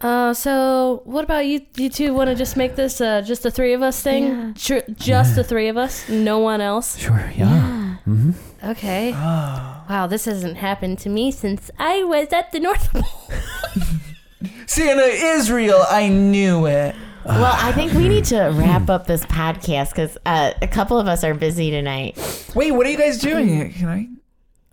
Speaker 7: Uh, so what about you? You two want to just make this uh, just the three of us thing?
Speaker 6: Yeah.
Speaker 7: Ju- just the three of us, no one else.
Speaker 5: Sure, yeah.
Speaker 7: Okay. Wow, this hasn't happened to me since I was at the North Pole.
Speaker 4: Santa Israel, I knew it.
Speaker 6: Well, I think we need to wrap up this podcast because uh, a couple of us are busy tonight.
Speaker 4: Wait, what are you guys doing? Can I?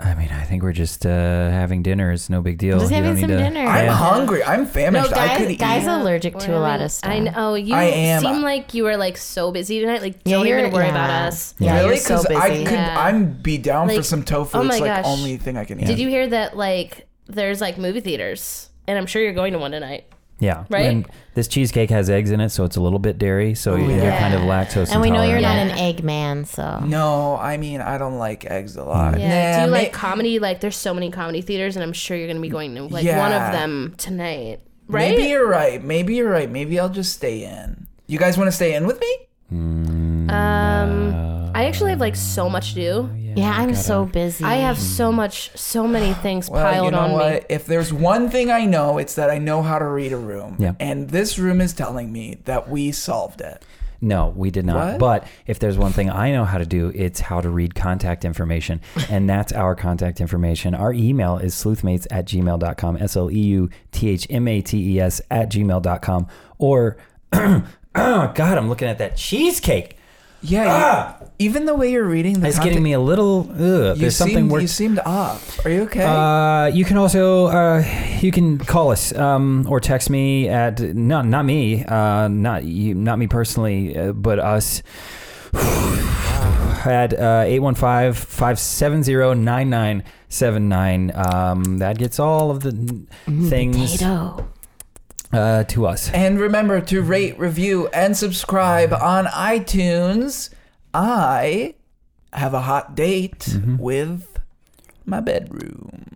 Speaker 5: I mean, I think we're just uh, having dinner. It's no big deal.
Speaker 6: Just
Speaker 5: You don't
Speaker 6: having
Speaker 5: need
Speaker 6: some
Speaker 5: to-
Speaker 6: dinner.
Speaker 4: I'm
Speaker 5: Yeah.
Speaker 4: hungry. I'm
Speaker 6: no,
Speaker 4: famished. I could
Speaker 6: guys,
Speaker 4: eat.
Speaker 6: guys allergic to a lot of stuff.
Speaker 7: I know you
Speaker 4: I am. uh,
Speaker 7: seem like you were like so busy tonight. Like, don't
Speaker 6: you're-
Speaker 7: even worry
Speaker 6: yeah.
Speaker 7: about us.
Speaker 6: Yeah,
Speaker 4: really?
Speaker 6: you're so busy.
Speaker 4: I could.
Speaker 7: Yeah.
Speaker 4: I'm be down for
Speaker 7: Like,
Speaker 4: some tofu.
Speaker 7: oh my
Speaker 4: it's like
Speaker 7: gosh.
Speaker 4: only thing I can eat.
Speaker 7: Did you hear that? Like, there's like movie theaters, and I'm sure you're going to one tonight.
Speaker 5: Yeah.
Speaker 7: Right?
Speaker 5: And this cheesecake has eggs in it, so it's a little bit dairy. So you're
Speaker 4: yeah.
Speaker 5: kind of lactose
Speaker 6: and we know you're not
Speaker 5: intolerant.
Speaker 6: an egg man, so
Speaker 4: No, I mean I don't like eggs a lot.
Speaker 7: Yeah.
Speaker 4: Nah,
Speaker 7: Do you
Speaker 4: ma-
Speaker 7: like comedy? Like, there's so many comedy theaters, and I'm sure you're gonna be going to like one
Speaker 4: Yeah.
Speaker 7: of them tonight, right?
Speaker 4: Maybe you're right. Maybe you're right. Maybe I'll just stay in. You guys want to stay in with me? Uh,
Speaker 7: Um, I actually have like so much to do.
Speaker 6: yeah, I'm so busy.
Speaker 7: I have so much, so many things
Speaker 4: Well,
Speaker 7: piled
Speaker 4: you know
Speaker 7: on
Speaker 4: what?
Speaker 7: me.
Speaker 4: If there's one thing I know, it's that I know how to read a room.
Speaker 5: Yeah.
Speaker 4: And this room is telling me that we solved it.
Speaker 5: No, we did not.
Speaker 4: What?
Speaker 5: But if there's one thing I know how to do, it's how to read contact information. And that's our contact information. Our email is sleuthmates at gmail.com, S L E U T H M A T E S at gmail.com. Or, God, I'm looking at that cheesecake.
Speaker 4: Yeah. You, Ah! even the way you're reading the
Speaker 5: It's
Speaker 4: content-
Speaker 5: getting me a little, ugh,
Speaker 4: You
Speaker 5: there's something
Speaker 4: seemed,
Speaker 5: we're
Speaker 4: You seemed up. Are you okay?
Speaker 5: Uh, you can also uh, you can call us um, or text me at not not me uh, not you not me personally uh, but us at uh, 815-570-9979 um, that gets all of the
Speaker 4: Mm-hmm.
Speaker 5: n- things
Speaker 6: potato.
Speaker 5: uh, to us
Speaker 4: and remember to rate, review, and subscribe on iTunes. I have a hot date
Speaker 5: Mm-hmm.
Speaker 4: with my bedroom.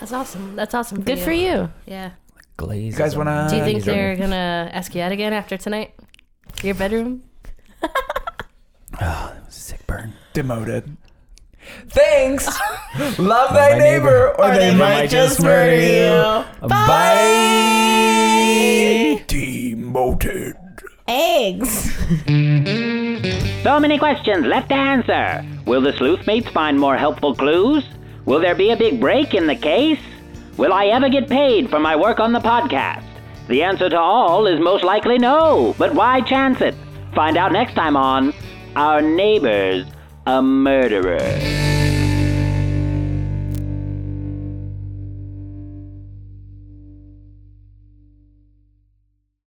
Speaker 7: That's awesome. That's awesome. For
Speaker 6: Good
Speaker 7: you.
Speaker 6: for you.
Speaker 7: Yeah.
Speaker 5: glaze
Speaker 4: You guys want to?
Speaker 7: Do you think they're gonna ask you out again after tonight? Your bedroom?
Speaker 5: sick burn
Speaker 4: demoted. Thanks. Love thy neighbor, or, they, might, just murder you. Bye. Demoted.
Speaker 6: Eggs.
Speaker 1: So many questions left to answer. Will the sleuth mates find more helpful clues? Will there be a big break in the case? Will I ever get paid for my work on the podcast? The answer to all is most likely no, but why chance it? Find out next time on Our Neighbor's a Murderer.